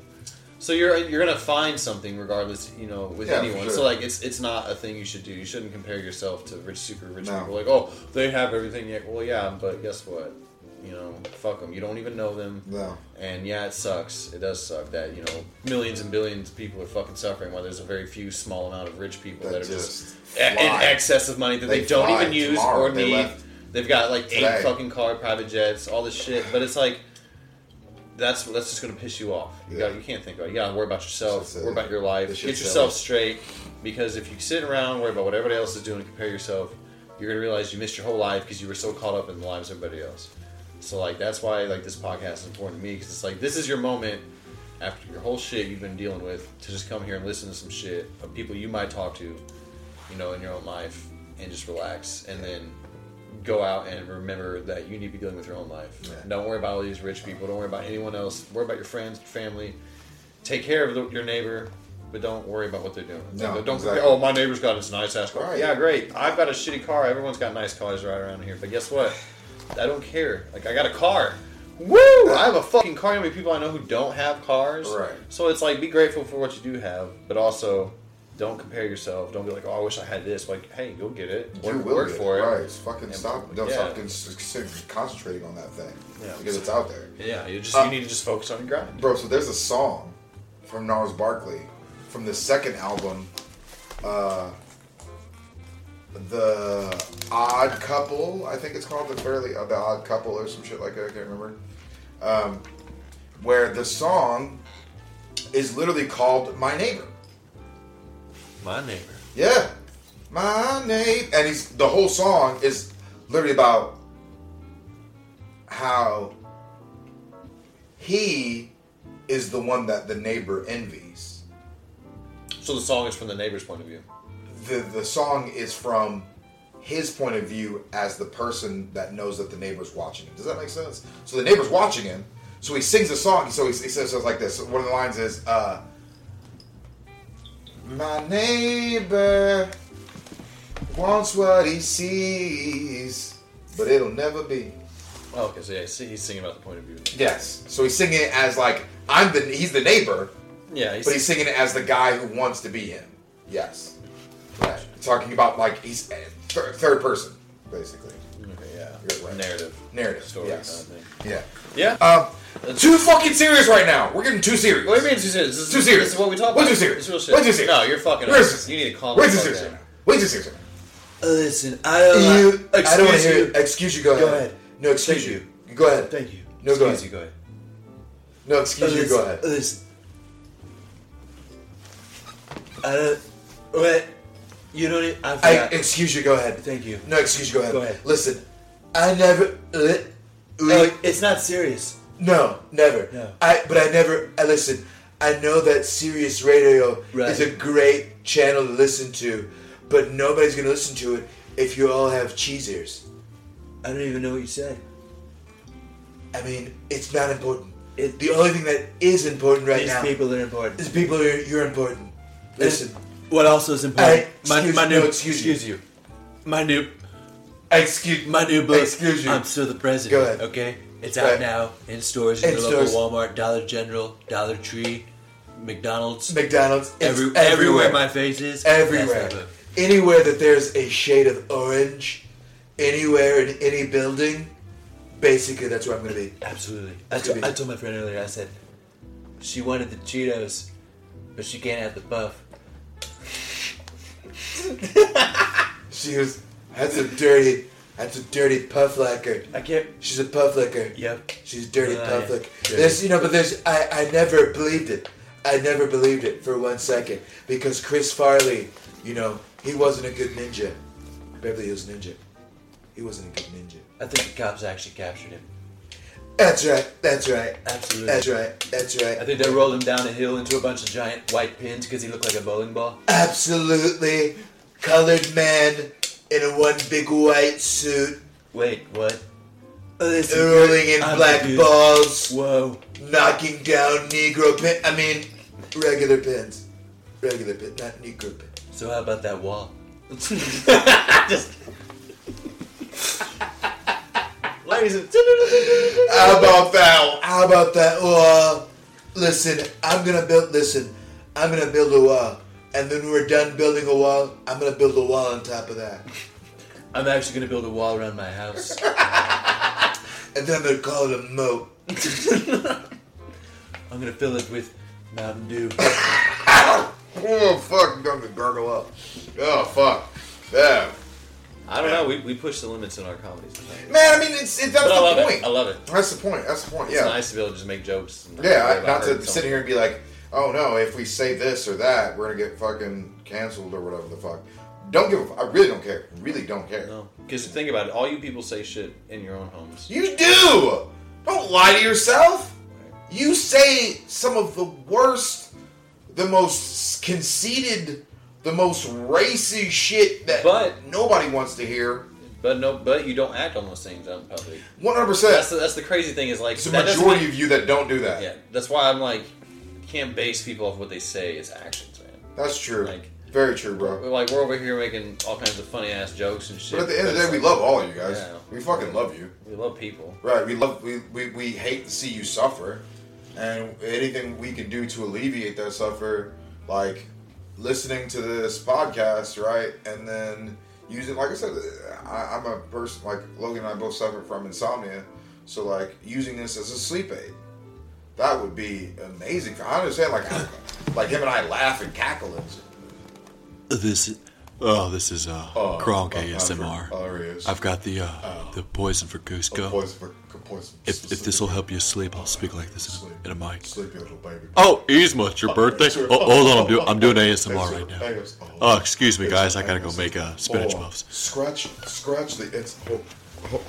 Speaker 1: So you're you're going to find something regardless, you know, with
Speaker 5: Yeah, for
Speaker 1: anyone.
Speaker 5: sure.
Speaker 1: So like it's it's not a thing you should do. You shouldn't compare yourself to rich, super rich
Speaker 5: No.
Speaker 1: people. Like oh, they have everything. Yeah, well, yeah, but guess what? You know, fuck them. You don't even know them.
Speaker 5: No.
Speaker 1: And yeah, it sucks. It does suck that you know millions and billions of people are fucking suffering while there's a very few small amount of rich people that,
Speaker 5: That
Speaker 1: are just,
Speaker 5: just
Speaker 1: a- in
Speaker 5: fly.
Speaker 1: excess of money that they,
Speaker 5: They
Speaker 1: don't
Speaker 5: fly
Speaker 1: even use
Speaker 5: tomorrow
Speaker 1: or
Speaker 5: if they
Speaker 1: need.
Speaker 5: left.
Speaker 1: They've got like
Speaker 5: Today.
Speaker 1: eight fucking car, private jets, all this shit. But it's like that's that's just gonna piss you off. You
Speaker 5: Yeah.
Speaker 1: got you can't think about it. You gotta worry about yourself,
Speaker 5: That's it.
Speaker 1: worry about your life,
Speaker 5: This
Speaker 1: get
Speaker 5: shit's
Speaker 1: yourself straight. Because if you sit around worry about what everybody else is doing and compare yourself, you're gonna realize you missed your whole life because you were so caught up in the lives of everybody else. So like that's why like this podcast is important to me because it's like this is your moment after your whole shit you've been dealing with to just come here and listen to some shit of people you might talk to, you know, in your own life and just relax and then go out and remember that you need to be dealing with your own life.
Speaker 5: Yeah.
Speaker 1: Don't worry about all these rich people. Don't worry about anyone else. Worry about your friends, family. Take care of the, your neighbor, but don't worry about what they're doing.
Speaker 5: No,
Speaker 1: don't
Speaker 5: exactly.
Speaker 1: oh, my neighbor's got this nice ass car.
Speaker 5: Right.
Speaker 1: Yeah, great. I've got a shitty car. Everyone's got nice cars right around here. But guess what? I don't care. Like I got a car. Woo! I have a fucking car. You know how many people I know who don't have cars?
Speaker 5: Right.
Speaker 1: So it's like be grateful for what you do have, but also don't compare yourself. Don't be like, oh, I wish I had this. Like, hey, go get it.
Speaker 5: You
Speaker 1: Work,
Speaker 5: will
Speaker 1: work
Speaker 5: get
Speaker 1: for it.
Speaker 5: Right. It's fucking
Speaker 1: And-
Speaker 5: stop. Don't
Speaker 1: yeah.
Speaker 5: stop cons- cons- concentrating on that thing
Speaker 1: Yeah.
Speaker 5: because it's out there.
Speaker 1: Yeah, you just
Speaker 5: Uh,
Speaker 1: you need to just focus on your grind.
Speaker 5: Bro, so there's a song from Nars Barkley from the second album, uh, The Odd Couple, I think it's called, the fairly uh, The Odd Couple or some shit like that, I can't remember. Um, where the song is literally called My Neighbor.
Speaker 1: My neighbor.
Speaker 5: Yeah. My name and he's the whole song is literally about how he is the one that the neighbor envies.
Speaker 1: So the song is from the neighbor's point of view.
Speaker 5: The the song is from his point of view as the person that knows that the neighbor's watching him. Does that make sense? So the neighbor's watching him. So he sings a song. So he, he says says like this. One of the lines is, uh, "My neighbor wants what he sees, but it'll never be."
Speaker 1: Oh, okay, so yeah, see, he's singing about the point of view.
Speaker 5: Yes. So he's singing it as like I'm the he's the neighbor,
Speaker 1: Yeah, he's,
Speaker 5: but he's singing it as the guy who wants to be him. Yes. Right. Talking about like he's uh, thir- third person, basically.
Speaker 1: okay, yeah,
Speaker 5: You're right.
Speaker 1: narrative,
Speaker 5: Narrative,
Speaker 1: story
Speaker 5: yes.
Speaker 1: kind of thing.
Speaker 5: Yeah.
Speaker 1: Yeah.
Speaker 5: Um, too fucking serious right now. We're getting too serious.
Speaker 1: what do you mean too serious? This is,
Speaker 5: Too serious.
Speaker 1: This is what we talk
Speaker 5: We're
Speaker 1: about.
Speaker 5: too
Speaker 1: This
Speaker 5: serious.
Speaker 1: is real shit.
Speaker 5: We're too serious.
Speaker 1: No, you're fucking.
Speaker 5: We're
Speaker 1: up.
Speaker 5: too-
Speaker 1: You need to calm
Speaker 5: we're
Speaker 1: the
Speaker 5: too
Speaker 1: fuck
Speaker 5: serious
Speaker 1: down.
Speaker 5: right now.
Speaker 3: Wait just a second.
Speaker 2: Listen, I don't.
Speaker 3: You,
Speaker 2: like,
Speaker 3: I don't want
Speaker 2: excuse
Speaker 3: to hear
Speaker 2: you.
Speaker 3: it. Excuse you. Go,
Speaker 2: Go
Speaker 3: ahead.
Speaker 2: ahead.
Speaker 3: No, excuse
Speaker 2: Thank
Speaker 3: you. Go ahead.
Speaker 2: Thank you.
Speaker 3: No, go
Speaker 1: Excuse
Speaker 3: ahead.
Speaker 1: you, go ahead.
Speaker 3: No, excuse you.
Speaker 2: Listen,
Speaker 3: Go ahead.
Speaker 2: Listen. I don't. What? You don't. Need, I
Speaker 3: I,
Speaker 2: forgot.
Speaker 3: excuse you. Go ahead.
Speaker 2: Thank you.
Speaker 3: No, excuse you. Go ahead.
Speaker 2: Go ahead.
Speaker 3: Listen, I never. uh, li- li-
Speaker 2: Look, it's not serious.
Speaker 3: No, never.
Speaker 2: No.
Speaker 3: I but I never. I listen. I know that Sirius Radio
Speaker 2: Right.
Speaker 3: is a great channel to listen to, but nobody's gonna listen to it if you all have cheese ears.
Speaker 2: I don't even know what you said.
Speaker 3: I mean, it's not important.
Speaker 2: It-
Speaker 3: the only thing that is important right
Speaker 2: These
Speaker 3: now
Speaker 2: people are important.
Speaker 3: is people. Are, you're important. Listen,
Speaker 2: What also is important?
Speaker 3: I, excuse,
Speaker 2: my, my new,
Speaker 3: no, excuse, you.
Speaker 2: My new,
Speaker 3: Excuse
Speaker 2: my new book.
Speaker 3: Excuse you.
Speaker 2: I'm still the president.
Speaker 3: Go ahead.
Speaker 2: Okay, it's
Speaker 3: Right.
Speaker 2: out now in stores in
Speaker 3: In
Speaker 2: the
Speaker 3: stores.
Speaker 2: local Walmart, Dollar General, Dollar Tree, McDonald's.
Speaker 3: McDonald's. It's
Speaker 2: Every, everywhere. my face is. that's
Speaker 3: everywhere.
Speaker 2: my book.
Speaker 3: Anywhere that there's a shade of orange, anywhere in any building, basically that's where I'm gonna be.
Speaker 2: Absolutely. I,
Speaker 3: Could
Speaker 2: t-
Speaker 3: be.
Speaker 2: I told my friend earlier. I said, she wanted the Cheetos, but she can't have the buff.
Speaker 3: She goes, That's a dirty that's a dirty puff licker.
Speaker 2: I can't.
Speaker 3: She's a puff licker.
Speaker 2: Yep.
Speaker 3: She's a dirty
Speaker 2: Ah,
Speaker 3: puff
Speaker 2: yeah.
Speaker 3: licker.
Speaker 2: Dirty.
Speaker 3: There's you know, but there's I, I never believed it. I never believed it for one second. Because Chris Farley, you know, he wasn't a good ninja. Beverly Hills Ninja. He wasn't a good ninja.
Speaker 2: I think the cops actually captured him.
Speaker 3: That's right, that's right.
Speaker 2: Absolutely.
Speaker 3: That's right, that's right.
Speaker 2: I think they rolled him down a hill into a bunch of giant white pins because he looked like a bowling ball.
Speaker 3: absolutely colored man in a one big white suit,
Speaker 2: Wait, what? Listen,
Speaker 3: rolling in
Speaker 2: I'm
Speaker 3: black
Speaker 2: confused.
Speaker 3: balls,
Speaker 2: Oh, Whoa.
Speaker 3: knocking down Negro pin. I mean, regular pins, regular pin, not Negro pin.
Speaker 2: So how about that wall? Just- Ladies and
Speaker 3: How about that? How about that? Well, listen, I'm gonna build. Listen, I'm gonna build a wall, and then we're done building a wall. I'm gonna build a wall on top of that,
Speaker 2: I'm actually gonna build a wall around my house.
Speaker 3: and then I'm gonna call it a moat.
Speaker 2: I'm gonna fill it with Mountain Dew.
Speaker 3: Oh fuck! I'm gonna gurgle up. Oh fuck! Yeah.
Speaker 1: I don't know. We, we push the limits in our comedies. sometimes.
Speaker 3: Man, I mean, it's it, that's
Speaker 1: But I love
Speaker 3: the
Speaker 1: it.
Speaker 3: point.
Speaker 1: I love it.
Speaker 3: That's the point. That's the point.
Speaker 1: It's
Speaker 3: yeah,
Speaker 1: nice to be able to just make jokes. and worry
Speaker 3: yeah. I,
Speaker 1: about
Speaker 3: not to
Speaker 1: hurting
Speaker 3: sit
Speaker 1: someone.
Speaker 3: here and be like, oh no, if we say this or that, we're gonna get fucking canceled or whatever the fuck. Don't give a. Fuck. I really don't care. Really don't care.
Speaker 1: No, because think about it. All you people say shit in your own homes.
Speaker 3: You do. Don't lie to yourself. You say some of the worst, the most conceited, the most racist shit that
Speaker 1: But-
Speaker 3: nobody wants to hear.
Speaker 1: But no, but you don't act on those things out in public.
Speaker 3: One hundred
Speaker 1: That's
Speaker 3: percent.
Speaker 1: the, that's the crazy thing is like
Speaker 3: It's the
Speaker 1: that doesn't
Speaker 3: majority
Speaker 1: make-
Speaker 3: of you that don't do that.
Speaker 1: yeah, that's why I'm like, you can't base people off what they say. It's actions, man.
Speaker 3: That's true.
Speaker 1: Like-
Speaker 3: Very true, bro.
Speaker 1: We're like we're over here making all kinds of funny ass jokes and shit.
Speaker 3: But at the end of the
Speaker 1: it's
Speaker 3: day, we
Speaker 1: like,
Speaker 3: love all you guys.
Speaker 1: Yeah.
Speaker 3: We fucking love you.
Speaker 1: we love people.
Speaker 3: Right. We love we, we, we hate to see you suffer. And anything we can do to alleviate that suffer, like listening to this podcast, right? And then using like I said, I, I'm a person like Logan and I both suffer from insomnia. So like using this as a sleep aid. That would be amazing. I understand like I- like him and I laugh and cackle and
Speaker 5: This, oh, this is uh,
Speaker 3: Oh,
Speaker 5: Kronk
Speaker 3: oh,
Speaker 5: ASMR.
Speaker 3: oh, there he is. Oh.
Speaker 5: I've got the uh, the poison for Cusco.
Speaker 3: Poison for- poison-
Speaker 5: If, if this will help you sleep, I'll speak like this in
Speaker 3: Sleep.
Speaker 5: a, in a mic.
Speaker 3: Sleepy little baby.
Speaker 5: Oh, Yzma, it's your birthday.
Speaker 3: sure.
Speaker 5: Oh, hold on, I'm, do, I'm doing ASMR right now.
Speaker 3: Angus,
Speaker 5: Oh, excuse me, guys, I gotta go
Speaker 3: Angus.
Speaker 5: make uh, spinach
Speaker 3: Oh,
Speaker 5: muffs.
Speaker 3: Scratch, scratch the. It's, oh, oh.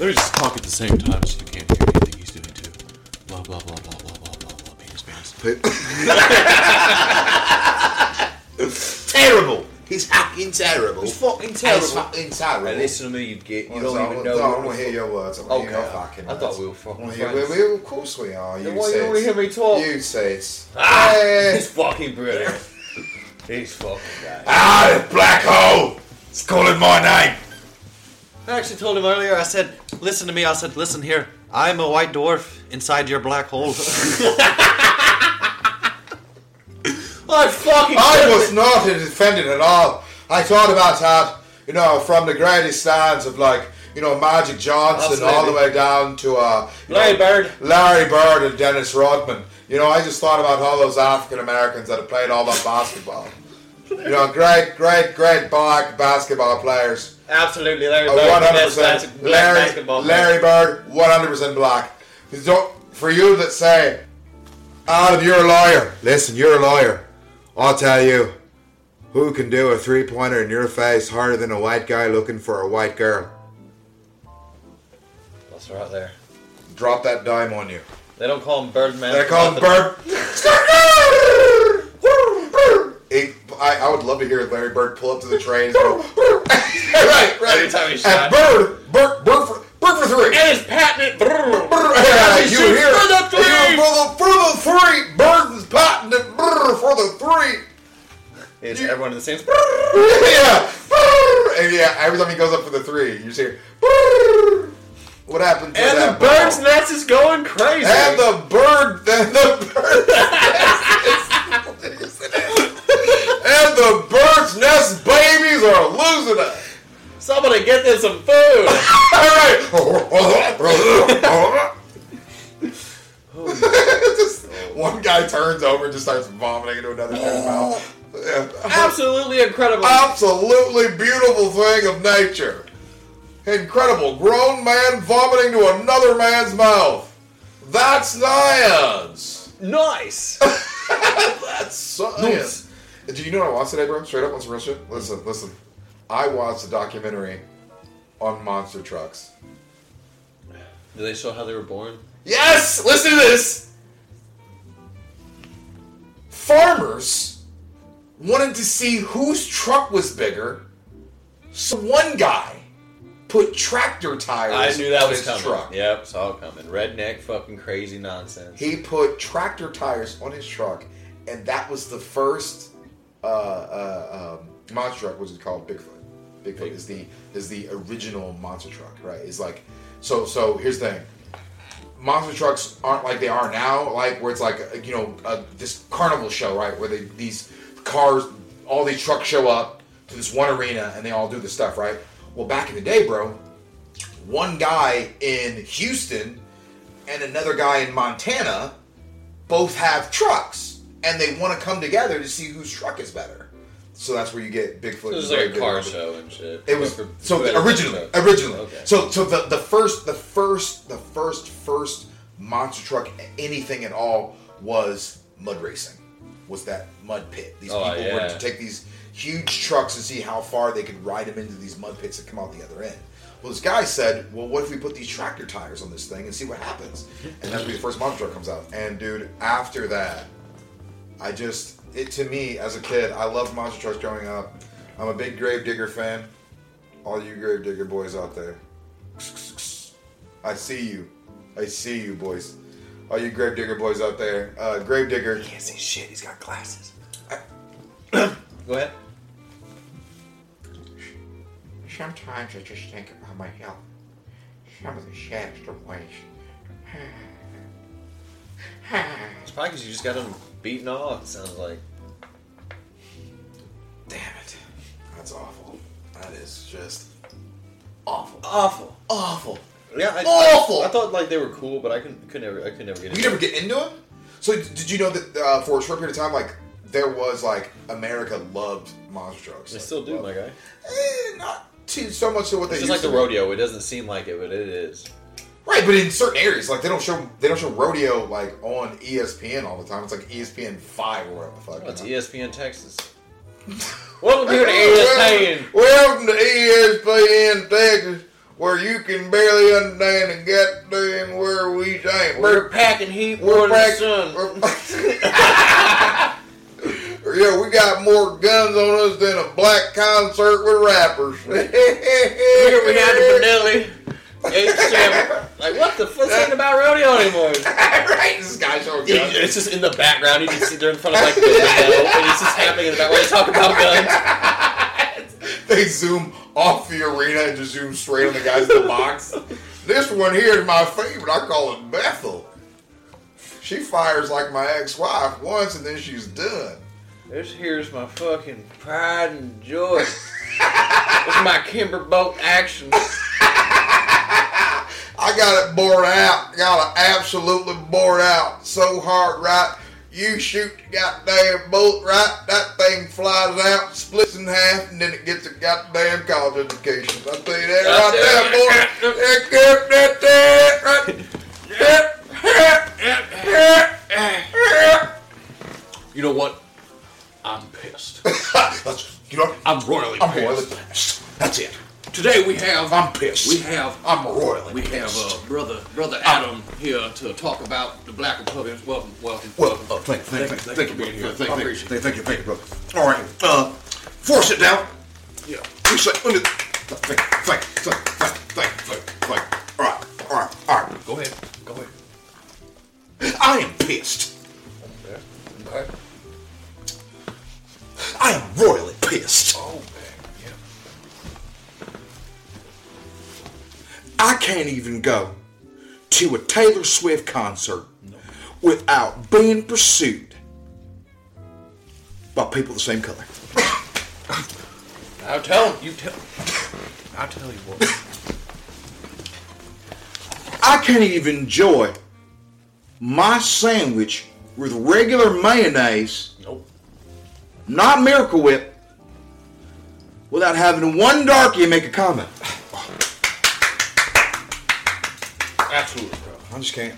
Speaker 5: Let me just talk at the same time so you can't hear anything he's doing too. Blah blah blah blah blah blah blah blah. Penis, penis.
Speaker 3: Terrible. He's fucking terrible. He's
Speaker 1: fucking terrible.
Speaker 3: fucking terrible.
Speaker 1: And listen to me, you get you
Speaker 3: Well, so I
Speaker 1: don't
Speaker 3: want-
Speaker 1: even
Speaker 3: No, I
Speaker 1: know.
Speaker 3: want to hear your words. I want to hear your
Speaker 1: Okay.
Speaker 3: fucking
Speaker 1: Oh, I
Speaker 3: words.
Speaker 1: thought we were fucking
Speaker 3: I wanna hear-
Speaker 1: friends.
Speaker 3: we- we- uh, Of course we are. You
Speaker 1: Then why you
Speaker 3: say
Speaker 1: wanna
Speaker 3: it's-
Speaker 1: hear me talk?
Speaker 3: You say it's.
Speaker 1: He's
Speaker 3: Ah,
Speaker 1: fucking brilliant. He's fucking guy.
Speaker 3: ah the black hole. It's calling my name.
Speaker 7: I actually told him earlier, I said, listen to me. I said, listen here. I'm a white dwarf inside your black hole.
Speaker 1: I fucking.
Speaker 3: I was not offended at all. I thought about that, you know, from the greatest stands of like, you know, Magic Johnson all the way down to uh, you
Speaker 1: Larry
Speaker 3: know,
Speaker 1: Bird.
Speaker 3: Larry Bird and Dennis Rodman. You know, I just thought about all those African Americans that have played all that basketball. You know, great, great, great black basketball players.
Speaker 1: Absolutely, Larry
Speaker 3: A
Speaker 1: Bird.
Speaker 3: one hundred
Speaker 1: best
Speaker 3: percent
Speaker 1: classic black
Speaker 3: Larry
Speaker 1: basketball player.
Speaker 3: Larry Bird, one hundred percent black. You don't- For you that say, Adam, you're a lawyer. Listen, you're a lawyer. I'll tell you, who can do a three pointer in your face harder than a white guy looking for a white girl?
Speaker 1: That's right there.
Speaker 3: Drop that dime on you.
Speaker 1: They don't call him Birdman.
Speaker 3: They're
Speaker 1: for
Speaker 3: called
Speaker 1: nothing.
Speaker 3: Bird. It- I, I would love to hear Larry Bird pull up to the train. and go, right, right.
Speaker 1: Every time he
Speaker 3: And
Speaker 1: shot.
Speaker 3: Bird, Bird, Bird for, Bird for three.
Speaker 5: And his patent. Brrr.
Speaker 3: Yeah,
Speaker 5: He
Speaker 3: you
Speaker 5: shoots
Speaker 3: hear
Speaker 5: for the
Speaker 3: it. You
Speaker 5: three.
Speaker 3: for the for the three. Burton's patented brr, for the three.
Speaker 1: It's everyone in the same.
Speaker 3: yeah, brr. and yeah. Every time he goes up for the three, you just hear. Brr. What happened? to
Speaker 1: And
Speaker 3: that
Speaker 1: the bird's
Speaker 3: ball?
Speaker 1: nest is going crazy.
Speaker 3: And the bird. And the bird. and the bird's nest babies are losing it.
Speaker 1: Somebody get them some food.
Speaker 3: All right. Just
Speaker 1: Oh.
Speaker 3: one guy turns over and just starts vomiting into another guy's
Speaker 1: Oh.
Speaker 3: mouth. Um, Yeah.
Speaker 5: Absolutely incredible.
Speaker 3: Absolutely beautiful thing of nature. Incredible. Grown man vomiting to another man's mouth. That's science.
Speaker 5: nice.
Speaker 3: That's science. Do you know what I watched Oh, today, bro? Straight up on some real shit. Listen, listen. I watched a documentary on monster trucks.
Speaker 1: Do they show how they were born?
Speaker 3: Yes, listen to this. Farmers wanted to see whose truck was bigger, so one guy put tractor tires.
Speaker 1: I knew that
Speaker 3: on
Speaker 1: was
Speaker 3: his
Speaker 1: coming.
Speaker 3: Truck.
Speaker 1: Yep, saw it coming. Redneck fucking crazy nonsense.
Speaker 3: He put tractor tires on his truck, and that was the first uh, uh, um, monster truck, which is called Bigfoot. Bigfoot is the is the original monster truck, right? It's like so. So here's the thing: monster trucks aren't like they are now, like where it's like uh, you know uh, this carnival show, right? Where they these cars, all these trucks show up to this one arena and they all do this stuff, right? Well, back in the day, bro, one guy in Houston and another guy in Montana both have trucks, and they want to come together to see whose truck is better. So that's where you get Bigfoot.
Speaker 1: It was
Speaker 3: is
Speaker 1: like
Speaker 3: very
Speaker 1: a
Speaker 3: big
Speaker 1: car
Speaker 3: on-
Speaker 1: show and shit.
Speaker 3: it was
Speaker 1: But for-
Speaker 3: so
Speaker 1: but-
Speaker 3: originally, originally.
Speaker 1: Okay.
Speaker 3: So so the, the first the first the first first monster truck anything at all was mud racing. Was that mud pit? These
Speaker 1: Oh,
Speaker 3: people were
Speaker 1: yeah.
Speaker 3: to take these huge trucks and see how far they could ride them into these mud pits and come out the other end. Well, this guy said, "Well, what if we put these tractor tires on this thing and see what happens?" And that's where the first monster truck comes out. And dude, after that, I just it to me as a kid, I loved monster trucks growing up. I'm a big Gravedigger fan. All you Gravedigger boys out there, I see you, I see you boys. All you Gravedigger boys out there, uh, Gravedigger.
Speaker 8: Can't see shit. He's got glasses.
Speaker 1: Go ahead.
Speaker 9: Sometimes I just think about my health. Some of the saddest of ways.
Speaker 1: It's probably because you just got them beaten off. It sounds like.
Speaker 3: Damn it, that's awful. That is just awful,
Speaker 1: Awful.
Speaker 3: awful.
Speaker 1: Yeah, I,
Speaker 3: Awful!
Speaker 1: I, thought like they were cool, but I couldn't, could never, I could never get
Speaker 3: You
Speaker 1: into.
Speaker 3: never get into them. So d- did you know that uh, for a short period of time, like there was like America loved monster trucks.
Speaker 1: it. I still do,
Speaker 3: Loved-
Speaker 1: my guy.
Speaker 3: Eh, not too so much to what they
Speaker 1: It's
Speaker 3: used
Speaker 1: just like
Speaker 3: to
Speaker 1: the
Speaker 3: be.
Speaker 1: rodeo. It doesn't seem like it, but it is.
Speaker 3: Right, but in certain areas, like they don't show they don't show rodeo like on E ESPN all the time. It's like E ESPN five or whatever the fuck.
Speaker 1: Oh,
Speaker 3: you
Speaker 1: it's
Speaker 3: know?
Speaker 1: ESPN Texas. Welcome here to ESPN.
Speaker 3: Welcome- Welcome to ESPN Texas, where you can barely uh, understand and get doing where we saying.
Speaker 5: We're packing heat. We're,
Speaker 3: We're
Speaker 5: in the
Speaker 3: back.
Speaker 5: sun.
Speaker 3: we're- yeah, we got more guns on us than a black concert with rappers.
Speaker 5: Here we had the Benelli. Eight seven. Like what the fuck's ain't about rodeo anymore?
Speaker 3: right, this guy showing guns.
Speaker 1: It's just in the background. You can see they're in front of like the window, and it's just happening in the background. They talk about guns.
Speaker 3: they zoom off the arena and just zoom straight on the guys in the box. This one here is my favorite. I call it Bethel. She fires like my ex-wife once, and then she's done.
Speaker 5: This here's my fucking pride and joy. it's my Kimber boat action.
Speaker 3: I got it bored out. Got it absolutely bored out. So hard, right?
Speaker 5: You shoot the goddamn bolt right, that thing flies out, splits in half, and then it gets a goddamn college education. I tell you that right there, boy. That good, that, that, right.
Speaker 10: You know what? I'm pissed.
Speaker 5: That's, you know,
Speaker 10: I'm royally
Speaker 5: I'm
Speaker 10: pissed.
Speaker 5: royally pissed. That's it.
Speaker 10: Today we have
Speaker 5: I'm pissed.
Speaker 10: we have
Speaker 5: I'm royally
Speaker 10: we have
Speaker 5: pissed.
Speaker 10: uh, brother brother Adam here to talk about the Black Republic. Welcome, welcome.
Speaker 5: Well, oh, thank, thank, thank, thank you for being here. Thank, thank, thank, thank you, thank you, brother. All right, uh, force it down. Yeah. You say, let me, thank, thank, thank, thank, thank, thank, thank. All right, all right, all right. Go ahead, go ahead. I am pissed. I am royally pissed. Oh, man, yeah. I can't even go to a Taylor Swift concert without being pursued by people the same color.
Speaker 11: I'll tell him. You tell.
Speaker 10: I'll tell you what.
Speaker 5: I can't even enjoy my sandwich with regular mayonnaise,
Speaker 11: Nope.
Speaker 5: not Miracle Whip, without having one darkie make a comment.
Speaker 11: Absolutely, bro.
Speaker 5: I just can't.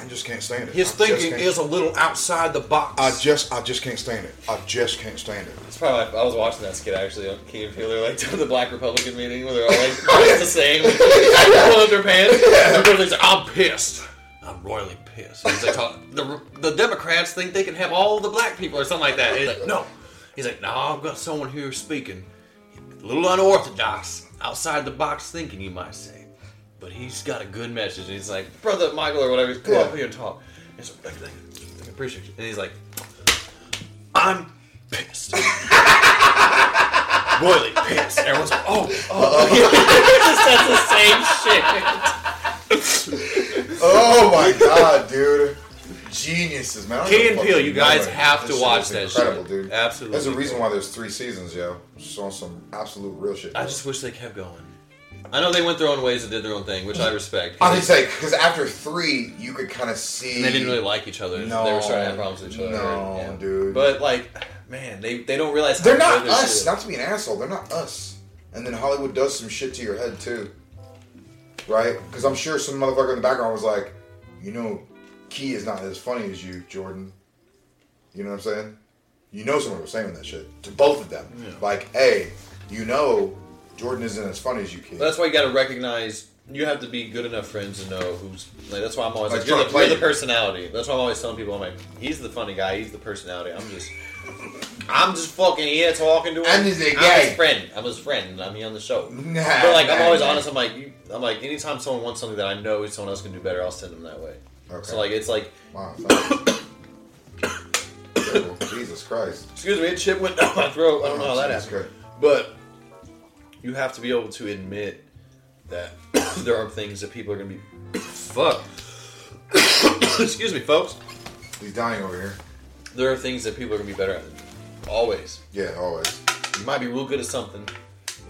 Speaker 5: I just can't stand it.
Speaker 12: His
Speaker 5: I just
Speaker 12: thinking
Speaker 5: can't-
Speaker 12: is a little outside the box.
Speaker 5: I just, I just can't stand it. I just can't stand it.
Speaker 1: It's probably I was watching that skit actually on King of Hill. They're like doing the Black Republican meeting where they're all like dressed the same, like, pulling up their pants.
Speaker 10: The brother's like, I'm pissed. I'm royally pissed. He's like, talk, the the Democrats think they can have all the black people or something like that. He's like, no. He's like, no, I've got someone here speaking, a little unorthodox, outside the box thinking, you might say, but he's got a good message. And he's like,
Speaker 1: Brother Michael or whatever, go up
Speaker 5: Yeah.
Speaker 1: here and talk.
Speaker 10: And he's like, "Thank you, thank you, I appreciate you. And he's like, I'm pissed. Royally pissed. Everyone's like, oh,
Speaker 11: Just says the same shit.
Speaker 3: Oh my god, dude. Geniuses, man. I don't
Speaker 10: Key
Speaker 3: give
Speaker 10: and
Speaker 3: a fuck
Speaker 10: Peele,
Speaker 3: what
Speaker 10: you guys
Speaker 3: know.
Speaker 10: have to
Speaker 3: This shit
Speaker 10: watch
Speaker 3: is
Speaker 10: that shit.
Speaker 3: incredible, dude.
Speaker 10: Absolutely.
Speaker 3: There's a reason why there's three seasons, yo. Just on some absolute real shit.
Speaker 1: I just wish they kept going. I know they went their own ways and did their own thing, which I respect.
Speaker 3: I think like because after three, you could kind of see.
Speaker 1: And they didn't really like each other.
Speaker 3: No.
Speaker 1: they were starting to have problems with each other.
Speaker 3: No,
Speaker 1: and-
Speaker 3: dude.
Speaker 1: But like, man, they they don't realize how
Speaker 3: They're not
Speaker 1: good this
Speaker 3: us.
Speaker 1: is.
Speaker 3: Not to be an asshole, they're not us. And then Hollywood does some shit to your head too, right? Because I'm sure some motherfucker in the background was like, you know, Key is not as funny as you, Jordan. You know what I'm saying? You know, someone was saying that shit to both of them. Like, hey, you know, Jordan isn't as funny as you, Key.
Speaker 1: But that's why you got to recognize. You have to be good enough friends to know who's. Like that's why I'm always
Speaker 3: Like,
Speaker 1: like, you're,
Speaker 3: trying
Speaker 1: the,
Speaker 3: to play
Speaker 1: you're the
Speaker 3: you.
Speaker 1: personality. That's why I'm always telling people I'm like he's the funny guy. He's the personality. I'm just. I'm just fucking here talking to him.
Speaker 3: I'm just a
Speaker 1: I'm
Speaker 3: guy.
Speaker 1: his friend. I'm his friend. and I'm here on the show.
Speaker 3: Nah,
Speaker 1: but like I'm
Speaker 3: nah,
Speaker 1: always
Speaker 3: nah.
Speaker 1: honest. I'm like you- I'm like anytime someone wants something that I know someone else can do better, I'll send them that way.
Speaker 3: Okay.
Speaker 1: So like it's like
Speaker 3: Wow. thank you. Terrible. Jesus Christ.
Speaker 1: excuse me, a chip went down my throat. I don't know how that
Speaker 3: Jesus
Speaker 1: happened.
Speaker 3: Christ.
Speaker 1: But you have to be able to admit that there are things that people are gonna be fuck. Excuse me, folks.
Speaker 3: He's dying over here.
Speaker 1: There are things that people are gonna be better at. Always.
Speaker 3: Yeah, always.
Speaker 1: You might be real good at something.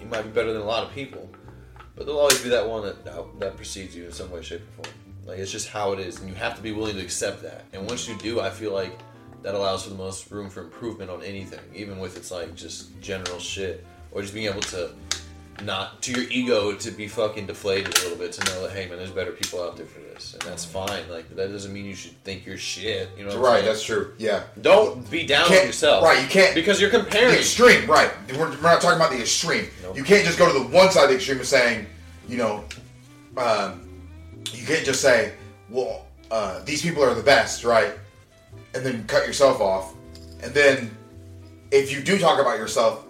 Speaker 1: You might be better than a lot of people. But there'll always be that one that that, that precedes you in some way, shape, or form. Like it's just how it is, and you have to be willing to accept that. And once you do, I feel like that allows for the most room for improvement on anything, even with it's like just general shit, or just being able to not to your ego to be fucking deflated a little bit to know that hey man, there's better people out there for this, and that's fine. Like that doesn't mean you should think you're shit. You know, what I'm
Speaker 3: Right,
Speaker 1: saying?
Speaker 3: that's true. Yeah.
Speaker 1: Don't be down
Speaker 3: Can't-
Speaker 1: on yourself.
Speaker 3: right, you can't-
Speaker 1: because you're
Speaker 3: The
Speaker 1: comparing.
Speaker 3: extreme, right. We're, we're not talking about the extreme.
Speaker 1: Nope.
Speaker 3: You can't just go to the one side of the extreme and saying, you know, um, you can't just say, well, uh, these people are the best, right? And then cut yourself off. And then if you do talk about yourself,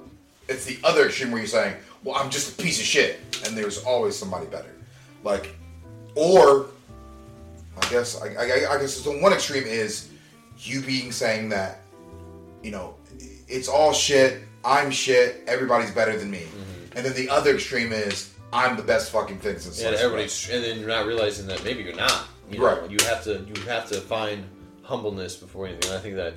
Speaker 3: it's the other extreme where you're saying, well, I'm just a piece of shit. And there's always somebody better. Like, or I guess I, I, I guess the one extreme is you being saying that you know it's all shit. I'm shit. Everybody's better than me. And then the other extreme is I'm the best fucking thing since.
Speaker 1: Yeah, and
Speaker 3: sliced
Speaker 1: everybody's, and then you're not realizing that maybe you're not. You know?
Speaker 3: Right.
Speaker 1: You have to you have to find humbleness before anything. And I think that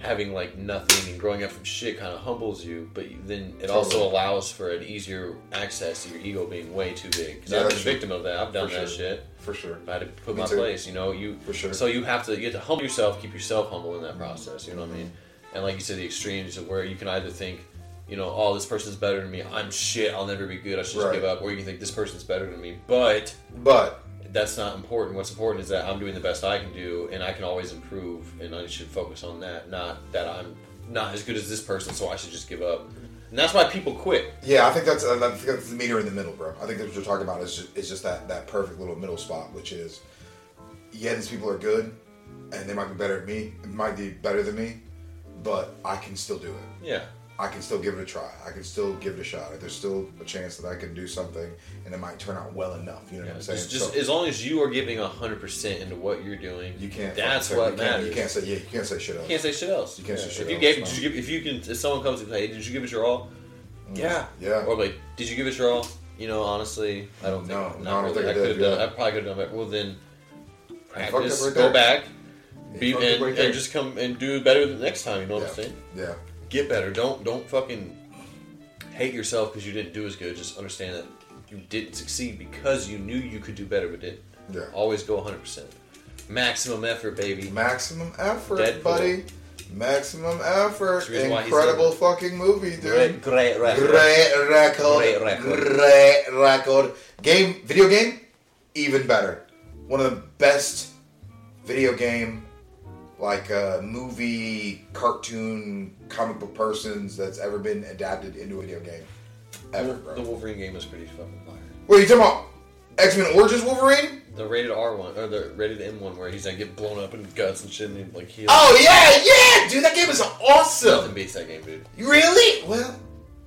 Speaker 1: having like nothing and growing up from shit kind of humbles you, but you- then it also allows for an easier access to your ego being way too big. Because
Speaker 3: Yeah,
Speaker 1: I've been
Speaker 3: that's
Speaker 1: a
Speaker 3: true.
Speaker 1: victim of that. I've done
Speaker 3: For
Speaker 1: that
Speaker 3: sure.
Speaker 1: shit.
Speaker 3: for sure.
Speaker 1: I had to put
Speaker 3: Me
Speaker 1: my
Speaker 3: too.
Speaker 1: place. You know, you
Speaker 3: For sure.
Speaker 1: So you have to you have to humble yourself, keep yourself humble in that process. You know what I mean? And like you said, the extremes of where you can either think, you know, oh, this person's better than me. I'm shit. I'll never be good. I should just
Speaker 3: Right.
Speaker 1: give up. Or you can think this person's better than me, but
Speaker 3: But
Speaker 1: that's not important. What's important is that I'm doing the best I can do, and I can always improve, and I should focus on that. Not that I'm not as good as this person, so I should just give up. And that's why people quit.
Speaker 3: yeah, I think that's uh, I think that's the meter in the middle, bro. I think that's what you're talking about is just, is just that that perfect little middle spot, which is yeah, these people are good, and they might be better at me, might be better than me, but I can still do it.
Speaker 1: Yeah,
Speaker 3: I can still give it a try. I can still give it a shot. There's still a chance that I can do something, and it might turn out well enough. You know
Speaker 1: yeah.
Speaker 3: what I'm saying?
Speaker 1: Just, just
Speaker 3: So
Speaker 1: as long as you are giving hundred percent into what you're doing,
Speaker 3: you can't.
Speaker 1: That's
Speaker 3: fucking say-
Speaker 1: what
Speaker 3: you can't-
Speaker 1: matters.
Speaker 3: You can't say yeah. You can't say shit else.
Speaker 1: You can't say shit else.
Speaker 3: You can't say
Speaker 1: Yeah.
Speaker 3: shit
Speaker 1: if you
Speaker 3: else,
Speaker 1: Gave,
Speaker 3: no.
Speaker 1: did you give, if you can, if someone comes and say, hey, did you give it your all? Yeah.
Speaker 3: Yeah.
Speaker 1: Or like, did you give it your all? You know, honestly, I don't think.
Speaker 3: No,
Speaker 1: not
Speaker 3: no, I don't
Speaker 1: really.
Speaker 3: think I
Speaker 1: I could have
Speaker 3: did,
Speaker 1: done.
Speaker 3: yeah.
Speaker 1: I probably could have done it. Well, then,
Speaker 3: fucked
Speaker 1: practice.
Speaker 3: up right
Speaker 1: go
Speaker 3: there.
Speaker 1: back.
Speaker 3: You
Speaker 1: Be,
Speaker 3: fucked up
Speaker 1: and,
Speaker 3: right there.
Speaker 1: and just come and do better the next time. You know what I'm
Speaker 3: yeah.
Speaker 1: saying?
Speaker 3: yeah.
Speaker 1: Get better. Don't don't fucking hate yourself because you didn't do as good. Just understand that you didn't succeed because you knew you could do better, but didn't.
Speaker 3: Yeah.
Speaker 1: Always go 100. percent Maximum effort, baby.
Speaker 3: Maximum effort,
Speaker 1: Deadpool.
Speaker 3: buddy. Maximum effort.
Speaker 1: That's the reason why he's
Speaker 3: Incredible
Speaker 1: in it.
Speaker 3: fucking movie,
Speaker 1: Great,
Speaker 3: dude.
Speaker 1: great record.
Speaker 3: Great record.
Speaker 1: Great record.
Speaker 3: Great record. Game, video game, even better. One of the best video game, like uh, movie, cartoon, comic book persons that's ever been adapted into a video game. Ever, bro.
Speaker 1: The Wolverine game is pretty fucking fire.
Speaker 3: What are you talking about? X Men Origins Wolverine?
Speaker 1: The rated R one or the rated M one where he's like get blown up in guts and shit and like he
Speaker 3: Oh yeah, yeah, dude. That game is
Speaker 1: nothing
Speaker 3: awesome.
Speaker 1: beats that game, dude.
Speaker 3: Really? Well.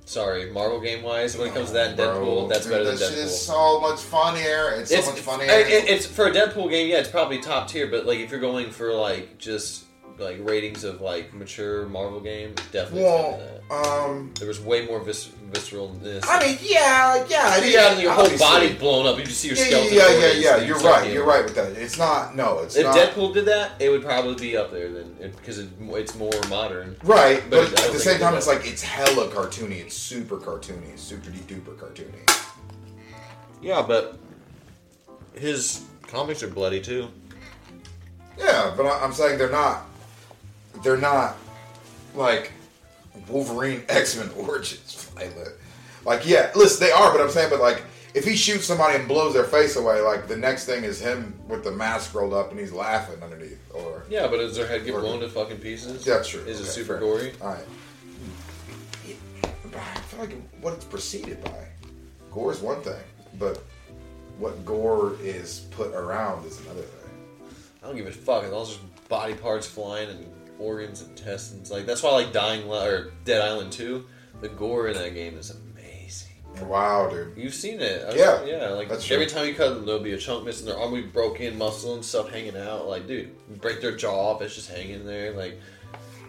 Speaker 1: Sorry, Marvel game wise, when it comes to that and
Speaker 3: Oh, Bro,
Speaker 1: Deadpool, that's
Speaker 3: dude,
Speaker 1: better than
Speaker 3: that shit
Speaker 1: Deadpool.
Speaker 3: is so much funnier. It's,
Speaker 1: it's,
Speaker 3: so much funnier.
Speaker 1: it- it- it's for a Deadpool game, yeah, it's probably top tier. But like if you're going for like just like ratings of like mature Marvel game, definitely. it's
Speaker 3: well,
Speaker 1: better than that.
Speaker 3: um,
Speaker 1: There was way more vis- visceral in this.
Speaker 3: I mean, yeah, yeah.
Speaker 1: you got your whole
Speaker 3: obviously.
Speaker 1: body blown up. You just see your
Speaker 3: Yeah, yeah,
Speaker 1: skeleton.
Speaker 3: yeah, yeah,
Speaker 1: organs,
Speaker 3: yeah.
Speaker 1: and
Speaker 3: You're
Speaker 1: it's like,
Speaker 3: right.
Speaker 1: you
Speaker 3: You're
Speaker 1: know,
Speaker 3: right with that. It's not. No, it's
Speaker 1: If
Speaker 3: not.
Speaker 1: Deadpool did that, it would probably be up there then, because it, it's more modern.
Speaker 3: Right,
Speaker 1: But I
Speaker 3: but,
Speaker 1: don't
Speaker 3: at the
Speaker 1: think
Speaker 3: same
Speaker 1: it
Speaker 3: time,
Speaker 1: does.
Speaker 3: it's like it's hella cartoony. It's super cartoony. It's super duper cartoony.
Speaker 1: Yeah, but his comics are bloody too.
Speaker 3: Yeah, but I, I'm saying they're not. They're not like Wolverine X Men Origins violent. Like, yeah, listen, they are, but I'm saying, but like, if he shoots somebody and blows their face away, like the next thing is him with the mask rolled up and he's laughing underneath. Or
Speaker 1: Yeah, but does their head get blown to fucking pieces?
Speaker 3: that's true.
Speaker 1: Is it
Speaker 3: Okay,
Speaker 1: super
Speaker 3: fair.
Speaker 1: gory?
Speaker 3: All right. But I feel like what it's preceded by. Gore is one thing, but what gore is put around is another thing.
Speaker 1: I don't give a fuck. It's all just body parts flying and organs, and intestines. Like that's why I like Dying Li- or Dead Island Two. The gore in that game is amazing.
Speaker 3: Wow, dude.
Speaker 1: You've seen it, I was-
Speaker 3: Yeah,
Speaker 1: yeah. Like
Speaker 3: that's
Speaker 1: every
Speaker 3: true.
Speaker 1: time you cut them, there'll be a chunk missing. Their arm will be broken, muscle and stuff hanging out. Like, dude, you break their jaw off. It's just hanging there. Like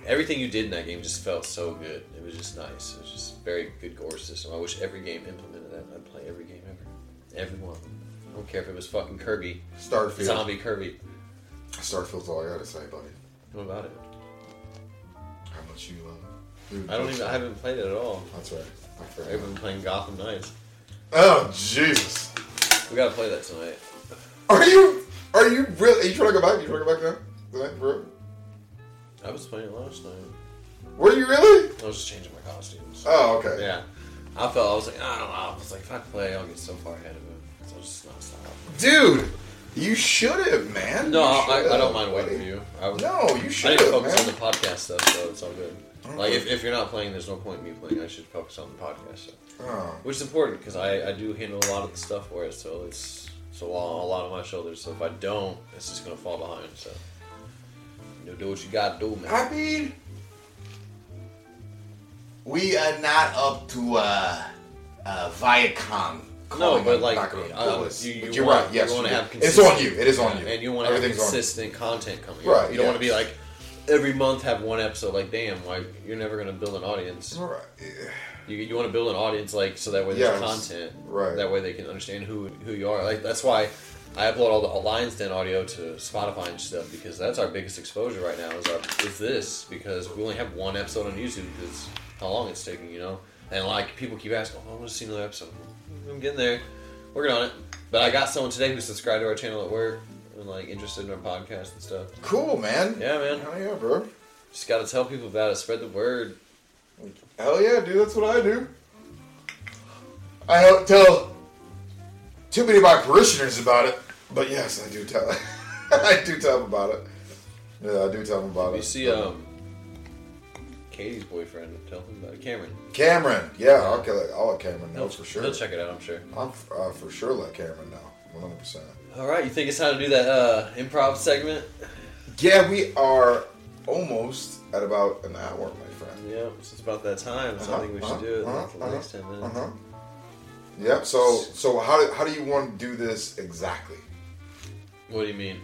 Speaker 1: everything you did in that game just felt so good. It was just nice. It was just very good gore system. I wish every game implemented that. I'd play every game ever, every one. I don't care if it was fucking Kirby,
Speaker 3: Starfield.
Speaker 1: zombie Kirby.
Speaker 3: Starfield's all I gotta say, buddy.
Speaker 1: What about it?
Speaker 3: How much you love it. Dude,
Speaker 1: I don't even. I haven't played it at all.
Speaker 3: That's right. That's right.
Speaker 1: I've been playing Gotham Knights.
Speaker 3: Oh Jesus!
Speaker 1: We gotta play that tonight.
Speaker 3: Are you are you really? Are you trying to go back? You trying to go back now? Tonight, bro?
Speaker 1: I was playing it last night.
Speaker 3: Were you really?
Speaker 1: I was just changing my costumes.
Speaker 3: Oh okay.
Speaker 1: Yeah, I felt. I was like, I don't know. I was like, if I play, I'll get so far ahead of it. So I just not stop.
Speaker 3: Dude, you should have, man.
Speaker 1: No,
Speaker 3: You
Speaker 1: I,
Speaker 3: should've,
Speaker 1: I don't mind waiting
Speaker 3: buddy.
Speaker 1: for you. I was.
Speaker 3: No, you
Speaker 1: I
Speaker 3: should
Speaker 1: need to focus
Speaker 3: have,
Speaker 1: on the
Speaker 3: man. Mm-hmm.
Speaker 1: podcast stuff, so it's all good. Like if, if you're not playing, there's no point in me playing. I should focus on the podcast stuff,
Speaker 3: Oh,
Speaker 1: which is important because I, I do handle a lot of the stuff for it, so it's so all, a lot on my shoulders. So if I don't, it's just gonna fall behind. So you know, do what you gotta do, man.
Speaker 3: I mean, we are not up to uh, uh, Viacom.
Speaker 1: No,
Speaker 3: calling
Speaker 1: but
Speaker 3: on
Speaker 1: like,
Speaker 3: Knock on
Speaker 1: uh,
Speaker 3: Wood.
Speaker 1: you, you
Speaker 3: But you're
Speaker 1: want,
Speaker 3: right. Yes,
Speaker 1: you want to
Speaker 3: you do.
Speaker 1: have
Speaker 3: It's on you.
Speaker 1: consistent-
Speaker 3: It is on
Speaker 1: yeah,
Speaker 3: you.
Speaker 1: and you want to have
Speaker 3: Everything's on you.
Speaker 1: consistent content coming.
Speaker 3: Right,
Speaker 1: Out. You don't
Speaker 3: yeah.
Speaker 1: want to be like every month have one episode. Like, damn, like you're never gonna build an audience.
Speaker 3: All right.
Speaker 1: You, you want to build an audience, like so that way
Speaker 3: Yes,
Speaker 1: there's content.
Speaker 3: right.
Speaker 1: That way they can understand who who you are. Like that's why I upload all the Lions Den audio to Spotify and stuff because that's our biggest exposure right now is, our, is this because we only have one episode on YouTube because how long it's taking, you know? And like people keep asking, oh, I want to see another episode. I'm getting there, working on it. But I got someone today who subscribed to our channel at work and like interested in our podcast and stuff.
Speaker 3: Cool, man.
Speaker 1: Yeah, man.
Speaker 3: Hell yeah, bro.
Speaker 1: Just gotta tell people about it, spread the word.
Speaker 3: Hell yeah, dude. That's what I do. I don't tell too many of my parishioners about it, but yes, I do tell. I do tell them about it. Yeah, I do tell them about
Speaker 1: You
Speaker 3: it.
Speaker 1: see, um, Katie's boyfriend, tell him about it. Cameron.
Speaker 3: Cameron. Yeah, I'll, kill- I'll let Cameron know
Speaker 1: He'll-
Speaker 3: for sure.
Speaker 1: He'll check it out, I'm sure.
Speaker 3: I'll f- uh, for sure let Cameron know. 100%.
Speaker 1: All right, you think it's time to do that uh, improv segment?
Speaker 3: Yeah, we are almost at about an hour, my friend.
Speaker 1: Yeah, it's about that time, so I think we should do it like, for the next 10 minutes.
Speaker 3: Uh-huh. Yep. So, so how do, how do you want to do this exactly?
Speaker 1: What do you mean?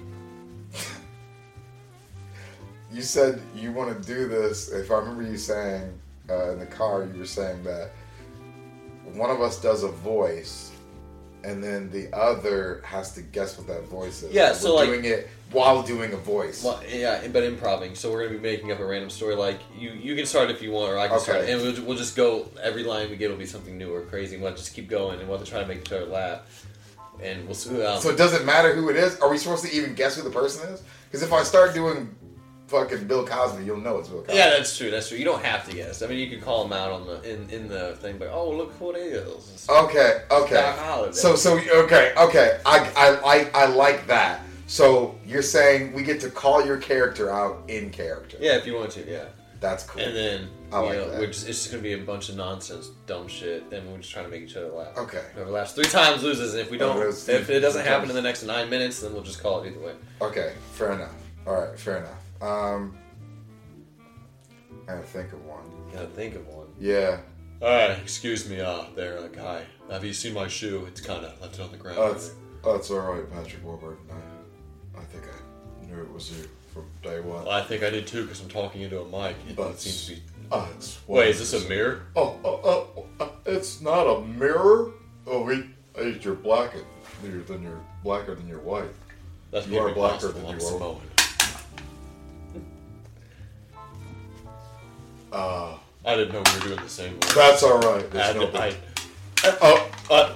Speaker 3: You said you want to do this. If I remember you saying uh, in the car, you were saying that one of us does a voice, and then the other has to guess what that voice is.
Speaker 1: Yeah,
Speaker 3: We're
Speaker 1: so, like-
Speaker 3: doing it while doing a voice.
Speaker 1: Well, yeah, but improving. So we're gonna be making up a random story. Like you, you can start if you want, or I can
Speaker 3: Okay.
Speaker 1: start, and we'll, we'll just go. Every line we get will be something new or crazy. and We'll just keep going, and we'll have to try to make each other laugh. And we'll see. Um,
Speaker 3: So it doesn't matter who it is. Are we supposed to even guess who the person is? Because if I start doing fucking Bill Cosby, you'll know it's Bill Cosby.
Speaker 1: yeah, that's true. That's true. You don't have to guess. I mean, you could call them out on the in in the thing, but oh, look who it is.
Speaker 3: Okay.
Speaker 1: Doc
Speaker 3: Okay.
Speaker 1: Holliday.
Speaker 3: So so okay okay. I I like I like that. So you're saying we get to call your character out in character.
Speaker 1: Yeah, if you want to, yeah.
Speaker 3: That's cool.
Speaker 1: And then
Speaker 3: I like
Speaker 1: you know,
Speaker 3: that.
Speaker 1: we're just, it's just gonna be a bunch of nonsense, dumb shit, and we're just trying to make each other laugh.
Speaker 3: Okay.
Speaker 1: Whoever laughs three times loses, and if we
Speaker 3: Oh,
Speaker 1: don't,
Speaker 3: that's-
Speaker 1: if it doesn't happen in the next nine minutes, then we'll just call it either way.
Speaker 3: Okay. Fair enough. All right. Fair enough. Um. I gotta think of one.
Speaker 1: Gotta think of one.
Speaker 3: Yeah.
Speaker 1: All right, excuse me, uh, there, uh, guy. Have you seen my shoe? It's kind of left it on the ground.
Speaker 3: Oh, it's, oh, it's all right, Patrick Warburton. I, I think I knew it was you from day one.
Speaker 1: Well, I think I did too, because I'm talking into a mic. It
Speaker 3: But-
Speaker 1: seems to be.
Speaker 3: Uh, it's
Speaker 1: Wait, is this a mirror?
Speaker 3: Oh, oh, oh, oh, it's not a mirror. Oh, wait, wait, you're blacker you're- than you're blacker than you're white.
Speaker 1: That's
Speaker 3: You are
Speaker 1: maybe
Speaker 3: blacker
Speaker 1: possible.
Speaker 3: than
Speaker 1: I'm
Speaker 3: you are.
Speaker 1: Samoan.
Speaker 3: Uh,
Speaker 1: I didn't know we were doing the same one.
Speaker 3: that's all right. There's
Speaker 1: I,
Speaker 3: no
Speaker 1: did- I,
Speaker 3: big- oh,
Speaker 1: uh,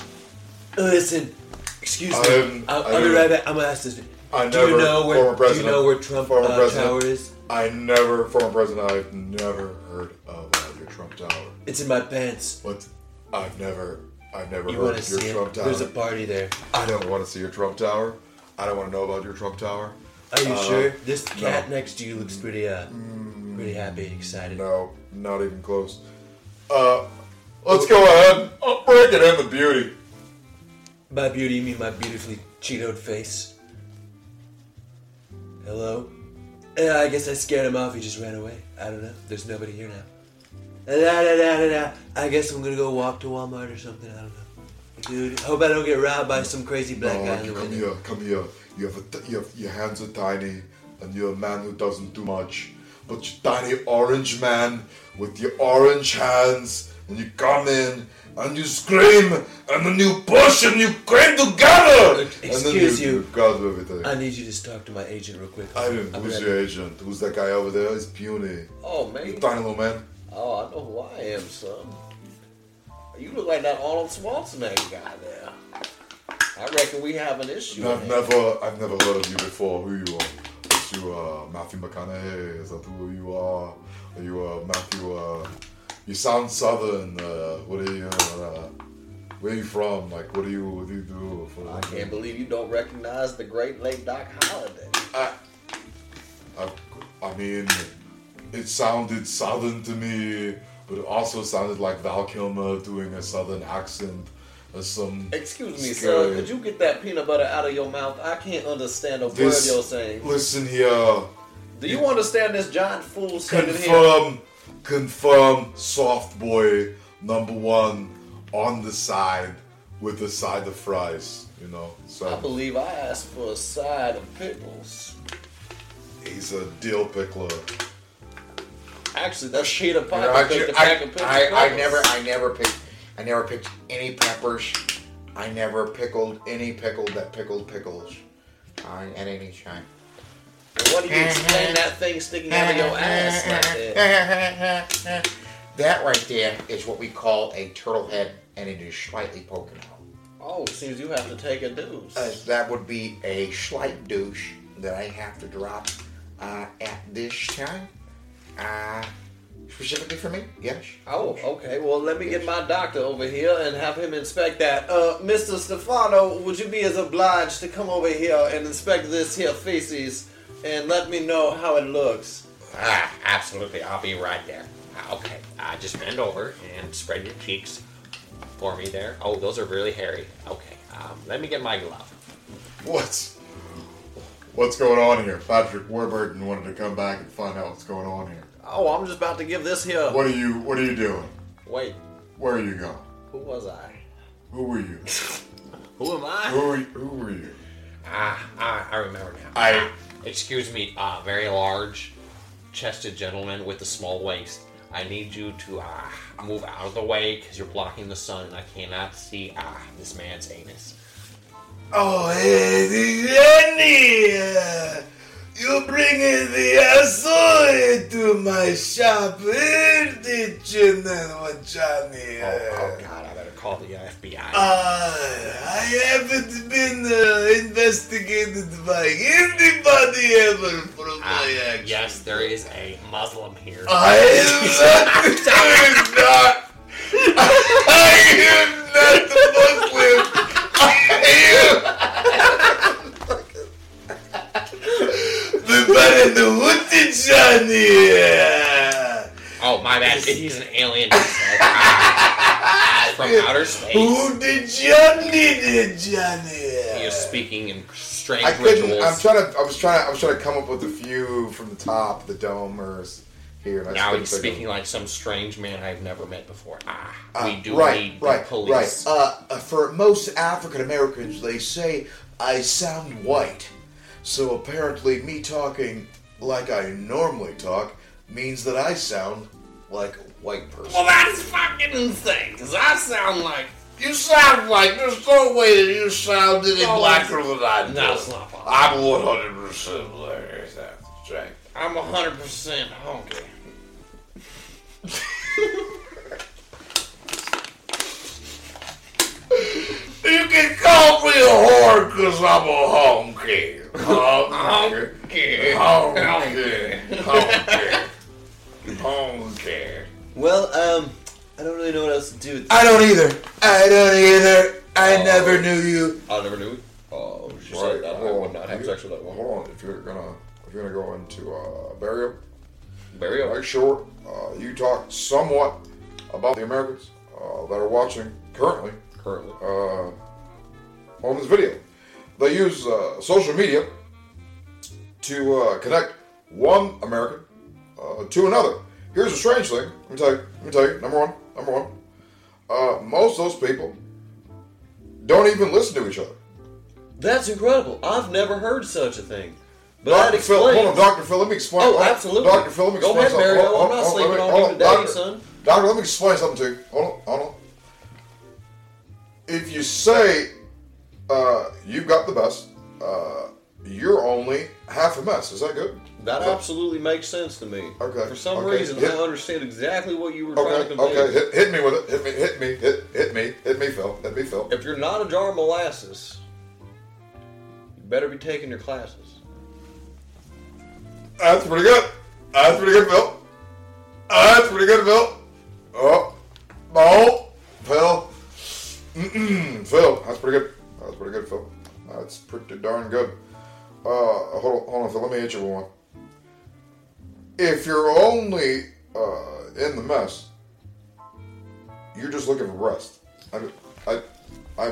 Speaker 1: listen, excuse me.
Speaker 3: I'm-
Speaker 1: I'm,
Speaker 3: I
Speaker 1: I'll be
Speaker 3: never-
Speaker 1: right back. I'm gonna ask this.
Speaker 3: I
Speaker 1: Do you
Speaker 3: never-
Speaker 1: know where?
Speaker 3: former
Speaker 1: do you
Speaker 3: president-
Speaker 1: know where Trump
Speaker 3: former
Speaker 1: uh,
Speaker 3: president.
Speaker 1: Tower is?
Speaker 3: I never, former president. I've never heard of uh, your Trump Tower.
Speaker 1: It's in my pants.
Speaker 3: What? I've never, I've never
Speaker 1: You
Speaker 3: heard
Speaker 1: want to
Speaker 3: of your
Speaker 1: see
Speaker 3: Trump
Speaker 1: it?
Speaker 3: Tower.
Speaker 1: There's a party there.
Speaker 3: I don't want to see your Trump Tower. I don't want to know about your Trump Tower.
Speaker 1: Are you
Speaker 3: Uh,
Speaker 1: sure? This cat next to you looks pretty, uh, pretty happy and excited.
Speaker 3: No, not even close. Uh, let's go ahead. I'll break it in the beauty.
Speaker 1: By beauty, you mean my beautifully Cheetoed face. Hello? Yeah, I guess I scared him off. He just ran away. I don't know. There's nobody here now. Da, da, da, da, da. I guess I'm gonna go walk to Walmart or something. I don't know. Dude, hope I don't get robbed by some crazy black guy in the
Speaker 3: Oh, come
Speaker 1: window.
Speaker 3: here, come here. You have, a t- you have your hands are tiny, and you're a man who doesn't do much. But you tiny orange man with your orange hands, and you come in and you scream, and then you push and you came together. and then
Speaker 1: Excuse you.
Speaker 3: God with everything.
Speaker 1: I
Speaker 3: I,
Speaker 1: need you to just talk to my agent real quick.
Speaker 3: Ivan,
Speaker 1: I'll be
Speaker 3: who's
Speaker 1: right
Speaker 3: your agent? Who's that guy over there? He's puny.
Speaker 1: back. Oh,
Speaker 3: You
Speaker 1: man.
Speaker 3: tiny little man.
Speaker 1: Oh, I know who I am, son. You look like that Arnold Schwarzenegger guy there. I reckon we have an issue.
Speaker 3: And I've
Speaker 1: man.
Speaker 3: never, I've never heard of you before. Who you are? Is you uh, Matthew McConaughey? Is that who you are? Are you uh, Matthew? Uh, you sound southern. Uh, what are you? Uh, where are you from? Like, what do you? What do you do? For
Speaker 1: I can't believe you don't recognize the great late Doc Holliday.
Speaker 3: I, I, I mean, it sounded southern to me, but it also sounded like Val Kilmer doing a southern accent. Or some
Speaker 1: Excuse me,
Speaker 3: scary-
Speaker 1: sir. Could you get that peanut butter out of your mouth? I can't understand a
Speaker 3: This-
Speaker 1: word you're saying.
Speaker 3: Listen here.
Speaker 1: Do you understand this giant fool sitting here?
Speaker 3: Confirm, confirm, soft boy number one on the side with a side of fries. You know,
Speaker 1: I
Speaker 3: so
Speaker 1: believe I asked for a side of pickles.
Speaker 3: he's a deal pickler.
Speaker 1: Actually, that's Peter Piper
Speaker 3: I,
Speaker 1: picked a pack of pickles.
Speaker 3: I, I never, I never picked, I never picked any peppers.
Speaker 5: I never pickled any pickle that pickled pickles.
Speaker 3: on at any time.
Speaker 1: What do you explain that thing sticking out of your ass like that?
Speaker 3: that right there is what we call a turtle head, and it is slightly poking out.
Speaker 1: Oh, seems you have to take a deuce.
Speaker 3: Uh, that would be a slight douche that I have to drop uh, at this time. Uh, specifically for me, yes.
Speaker 1: Oh, okay. Well, let me get my doctor over here and have him inspect that. Uh, Mr. Stefano, would you be as obliged to come over here and inspect this here feces and let me know how it looks?
Speaker 13: Ah, absolutely. I'll be right there. Ah, Okay, uh, just bend over and spread your cheeks for me there. Oh, those are really hairy. Okay, um, let me get my glove.
Speaker 5: What's what's going on here? Patrick Warburton wanted to come back and find out what's going on here.
Speaker 1: Oh, I'm just about to give this here.
Speaker 5: What are you What are you doing?
Speaker 1: Wait,
Speaker 5: Where are you going?
Speaker 1: who was I?
Speaker 5: Who were you?
Speaker 1: Who am I?
Speaker 5: Who were you? Who were you?
Speaker 13: Ah, ah, I remember now.
Speaker 5: I
Speaker 13: Excuse me, uh, very large chested gentleman with a small waist. I need you to uh, move out of the way because you're blocking the sun and I cannot see ah this man's anus.
Speaker 2: Oh, hey, Annie! You bringing the asshole to my shop, eh, teacher, then, Johnny?
Speaker 13: Oh, oh god, I better call the FBI.
Speaker 2: Uh, I haven't been uh, investigated by anybody ever for
Speaker 13: Ah,
Speaker 2: my actions.
Speaker 13: yes, there is a Muslim here.
Speaker 5: Uh,
Speaker 2: I am not. I am not. I am not a Muslim. I am. the man in the hoodie, Johnny.
Speaker 13: oh my bad, he's an alien. he said. Ah, from outer space.
Speaker 2: Who did Johnny? Did Johnny?
Speaker 13: He is speaking in strange
Speaker 5: I couldn't.
Speaker 13: rituals.
Speaker 5: I'm trying to. I was trying. To, I was trying to come up with a few from the top, of the dome, or s- here. and I
Speaker 13: now
Speaker 5: couldn't
Speaker 13: he's
Speaker 5: think of
Speaker 13: speaking like some strange man I've never met before. Ah,
Speaker 5: Uh,
Speaker 13: we do
Speaker 5: right,
Speaker 13: need
Speaker 5: right,
Speaker 13: the police.
Speaker 5: Right. Uh, uh, for most African Americans, they say I sound white. So apparently, me talking like I normally talk means that I sound like a white person.
Speaker 13: Well, that's fucking insane. Because I sound like
Speaker 2: You sound like there's no way that you sound any
Speaker 13: No,
Speaker 2: blacker than I do.
Speaker 13: no, it's not possible.
Speaker 2: I'm 100 percent black. That's right.
Speaker 13: I'm 100 percent hungry.
Speaker 2: You can call me a whore because I'm a honky. Honky.
Speaker 13: Okay.
Speaker 2: Honky. Honky. Honky.
Speaker 1: Well, um, I don't really know what else to do.
Speaker 5: I don't either. I don't either.
Speaker 3: Uh,
Speaker 5: I never knew you.
Speaker 1: I never knew. Oh, she
Speaker 5: Right,
Speaker 1: said that I
Speaker 5: well,
Speaker 1: would not have
Speaker 5: you-
Speaker 1: sex with that woman.
Speaker 5: Hold on. If you're gonna, if you're gonna go into uh, burial,
Speaker 1: Burial.
Speaker 5: make sure uh, you talk somewhat about the Americans uh, that are watching currently.
Speaker 1: Currently.
Speaker 5: uh, on this video. They use uh, social media to uh, connect one American uh, to another. Here's a strange thing. Let me tell you. Let me tell you. Number one. Number one. Uh, most of those people don't even listen to each other.
Speaker 1: That's incredible. I've never heard such a thing. But that
Speaker 5: Dr. Phil, hold on,
Speaker 1: explains.
Speaker 5: Dr. Phil, let me explain.
Speaker 1: Oh,
Speaker 5: hold on.
Speaker 1: absolutely.
Speaker 5: Dr. Phil, let me
Speaker 1: Go
Speaker 5: explain
Speaker 1: ahead,
Speaker 5: something.
Speaker 1: Mario.
Speaker 5: Hold on,
Speaker 1: I'm not
Speaker 5: hold on,
Speaker 1: sleeping
Speaker 5: let me-
Speaker 1: on
Speaker 5: hold
Speaker 1: you today,
Speaker 5: Doctor.
Speaker 1: son.
Speaker 5: Doctor, let me explain something to you. Hold on, hold on. If you say uh, you've got the best, uh, you're only half a mess. Is that good?
Speaker 1: That absolutely makes sense to me.
Speaker 5: Okay,
Speaker 1: For some
Speaker 5: okay.
Speaker 1: reason,
Speaker 5: Yeah.
Speaker 1: I understand exactly what you were trying to
Speaker 5: Okay,
Speaker 1: convey.
Speaker 5: okay. Hit, hit me with it. Hit me, hit me, hit, hit me, hit me, Phil. Hit me, Phil.
Speaker 1: If you're not a jar of molasses, you better be taking your classes.
Speaker 5: That's pretty good. That's pretty good, Phil. That's pretty good, Phil. Oh, no, Phil. Mm-mm, Phil, that's pretty good. That's pretty good, Phil. That's pretty darn good. Uh, hold on, hold on, Phil. Let me hit you with one. If you're only uh, in the mess, you're just looking for rest. I, I, I,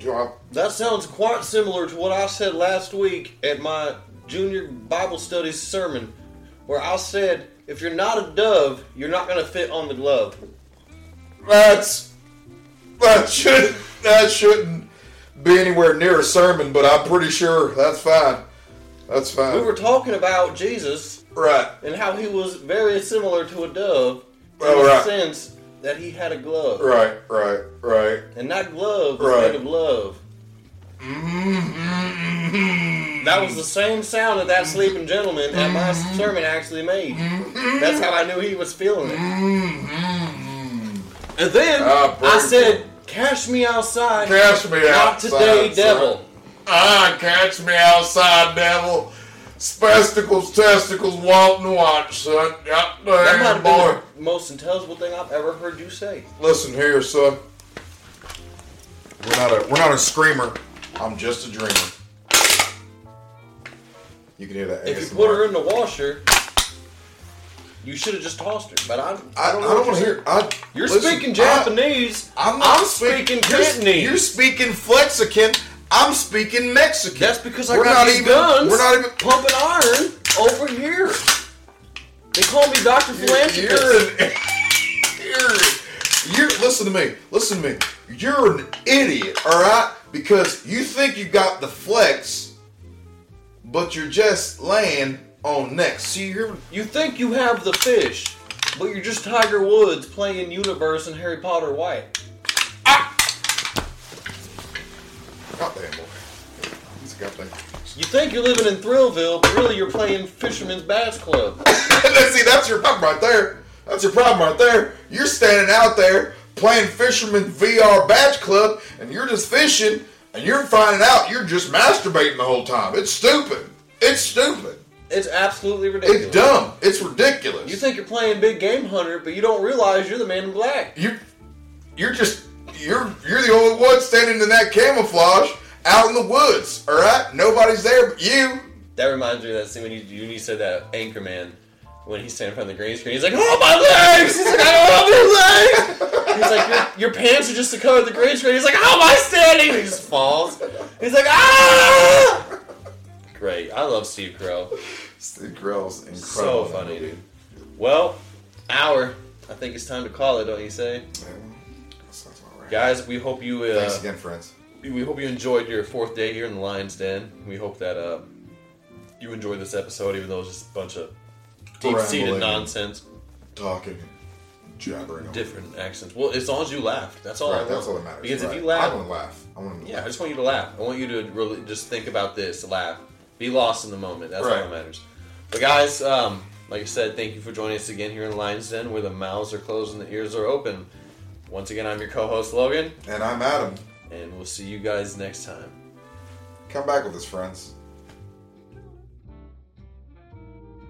Speaker 5: you know, I,
Speaker 1: That sounds quite similar to what I said last week at my junior Bible studies sermon, where I said, if you're not a dove, you're not going to fit on the glove.
Speaker 5: That's that should that shouldn't be anywhere near a sermon, but I'm pretty sure that's fine. That's fine.
Speaker 1: We were talking about Jesus
Speaker 5: right.
Speaker 1: and how he was very similar to a dove in
Speaker 5: Well,
Speaker 1: the
Speaker 5: right.
Speaker 1: sense that he had a glove,
Speaker 3: Oh, Right, right, right.
Speaker 1: and that glove was
Speaker 3: Right.
Speaker 1: made of love.
Speaker 3: Mm-hmm.
Speaker 1: That was the same sound that that sleeping gentleman at my sermon actually made.
Speaker 3: Mm-hmm.
Speaker 1: That's how I knew he was feeling it. And then
Speaker 3: Ah,
Speaker 1: I
Speaker 3: brutal.
Speaker 1: said, "Cash me outside,
Speaker 3: Catch me
Speaker 1: not
Speaker 3: outside.
Speaker 1: today,
Speaker 3: son.
Speaker 1: devil."
Speaker 3: Ah, catch me outside, devil. Spasticles, testicles, walk and watch, son. God
Speaker 1: That might
Speaker 3: damn,
Speaker 1: have been
Speaker 3: boy.
Speaker 1: the most intelligible thing I've ever heard you say.
Speaker 3: Listen here, son. We're not a we're not a screamer. I'm just a dreamer. You can hear that.
Speaker 1: If you
Speaker 3: ASMR.
Speaker 1: put her in the washer, you should have just tossed her. But I'm,
Speaker 3: I, I
Speaker 1: don't
Speaker 3: don't,
Speaker 1: know what
Speaker 3: want to hear. I,
Speaker 1: You're
Speaker 3: listen,
Speaker 1: speaking
Speaker 3: I-
Speaker 1: Japanese.
Speaker 3: I'm not
Speaker 1: speaking
Speaker 3: speak- you're-
Speaker 1: Cantonese.
Speaker 3: You're, speaking Flexican. I'm speaking Mexican.
Speaker 1: That's because I
Speaker 3: We're
Speaker 1: got
Speaker 3: not
Speaker 1: these
Speaker 3: even-
Speaker 1: guns.
Speaker 3: we're not even-
Speaker 1: pumping iron over here. They call me Doctor
Speaker 3: You're
Speaker 1: Philanthropist.
Speaker 3: an, you're, you're, listen to me. Listen to me. You're an idiot, all right? Because you think you got the flex, but you're just laying on next. See, you're
Speaker 1: You think you have the fish, but you're just Tiger Woods playing Universe and Harry Potter White.
Speaker 3: goddamn boy. It's a goddamn.
Speaker 1: You think you're living in Thrillville, but really you're playing Fisherman's Bass Club.
Speaker 3: See, that's your problem right there. That's your problem right there. You're standing out there playing Fisherman VR Batch Club, and you're just fishing, and you're finding out you're just masturbating the whole time. It's stupid. It's stupid.
Speaker 1: It's absolutely ridiculous.
Speaker 3: It's dumb. It's ridiculous.
Speaker 1: You think you're playing Big Game Hunter, but you don't realize you're the man in black.
Speaker 3: you you're just you're you're the only one standing in that camouflage out in the woods. All right, nobody's there but you.
Speaker 1: That reminds me of that scene when you, when you said that Anchorman, when he's standing in front of the green screen, he's like, "Oh my legs!" He's like, "I don't have any legs." He's like, your, "Your pants are just the color of the green screen." He's like, "How am I standing?" And he just falls. He's like, "Ah!" Great, I love Steve Carell.
Speaker 3: Steve Carell's incredible.
Speaker 1: So funny, dude. Well, hour. I think it's time to call it, don't you say,
Speaker 3: Yeah, that sounds all right.
Speaker 1: guys? We hope you. Uh,
Speaker 3: Thanks again, friends.
Speaker 1: we hope you enjoyed your fourth day here in the Lion's Den. We hope that uh, you enjoyed this episode, even though it's just a bunch of deep-seated
Speaker 3: Rambling.
Speaker 1: nonsense,
Speaker 3: Talking, jabbering. on.
Speaker 1: different accents. Well, as long as you laughed, that's all. I
Speaker 3: Right,
Speaker 1: want.
Speaker 3: that's all that matters.
Speaker 1: Because
Speaker 3: right.
Speaker 1: if you
Speaker 3: I want
Speaker 1: laugh,
Speaker 3: to laugh. I want to
Speaker 1: yeah, I
Speaker 3: laugh.
Speaker 1: just want you to laugh. I want you to really just think about this, laugh, be lost in the moment. That's all
Speaker 3: Right.
Speaker 1: that matters. But guys, um, like I said, thank you for joining us again here in the Lion's Den, where the mouths are closed and the ears are open. Once again, I'm your co-host Logan,
Speaker 3: And I'm Adam.
Speaker 1: and we'll see you guys next time.
Speaker 3: Come back with us, friends.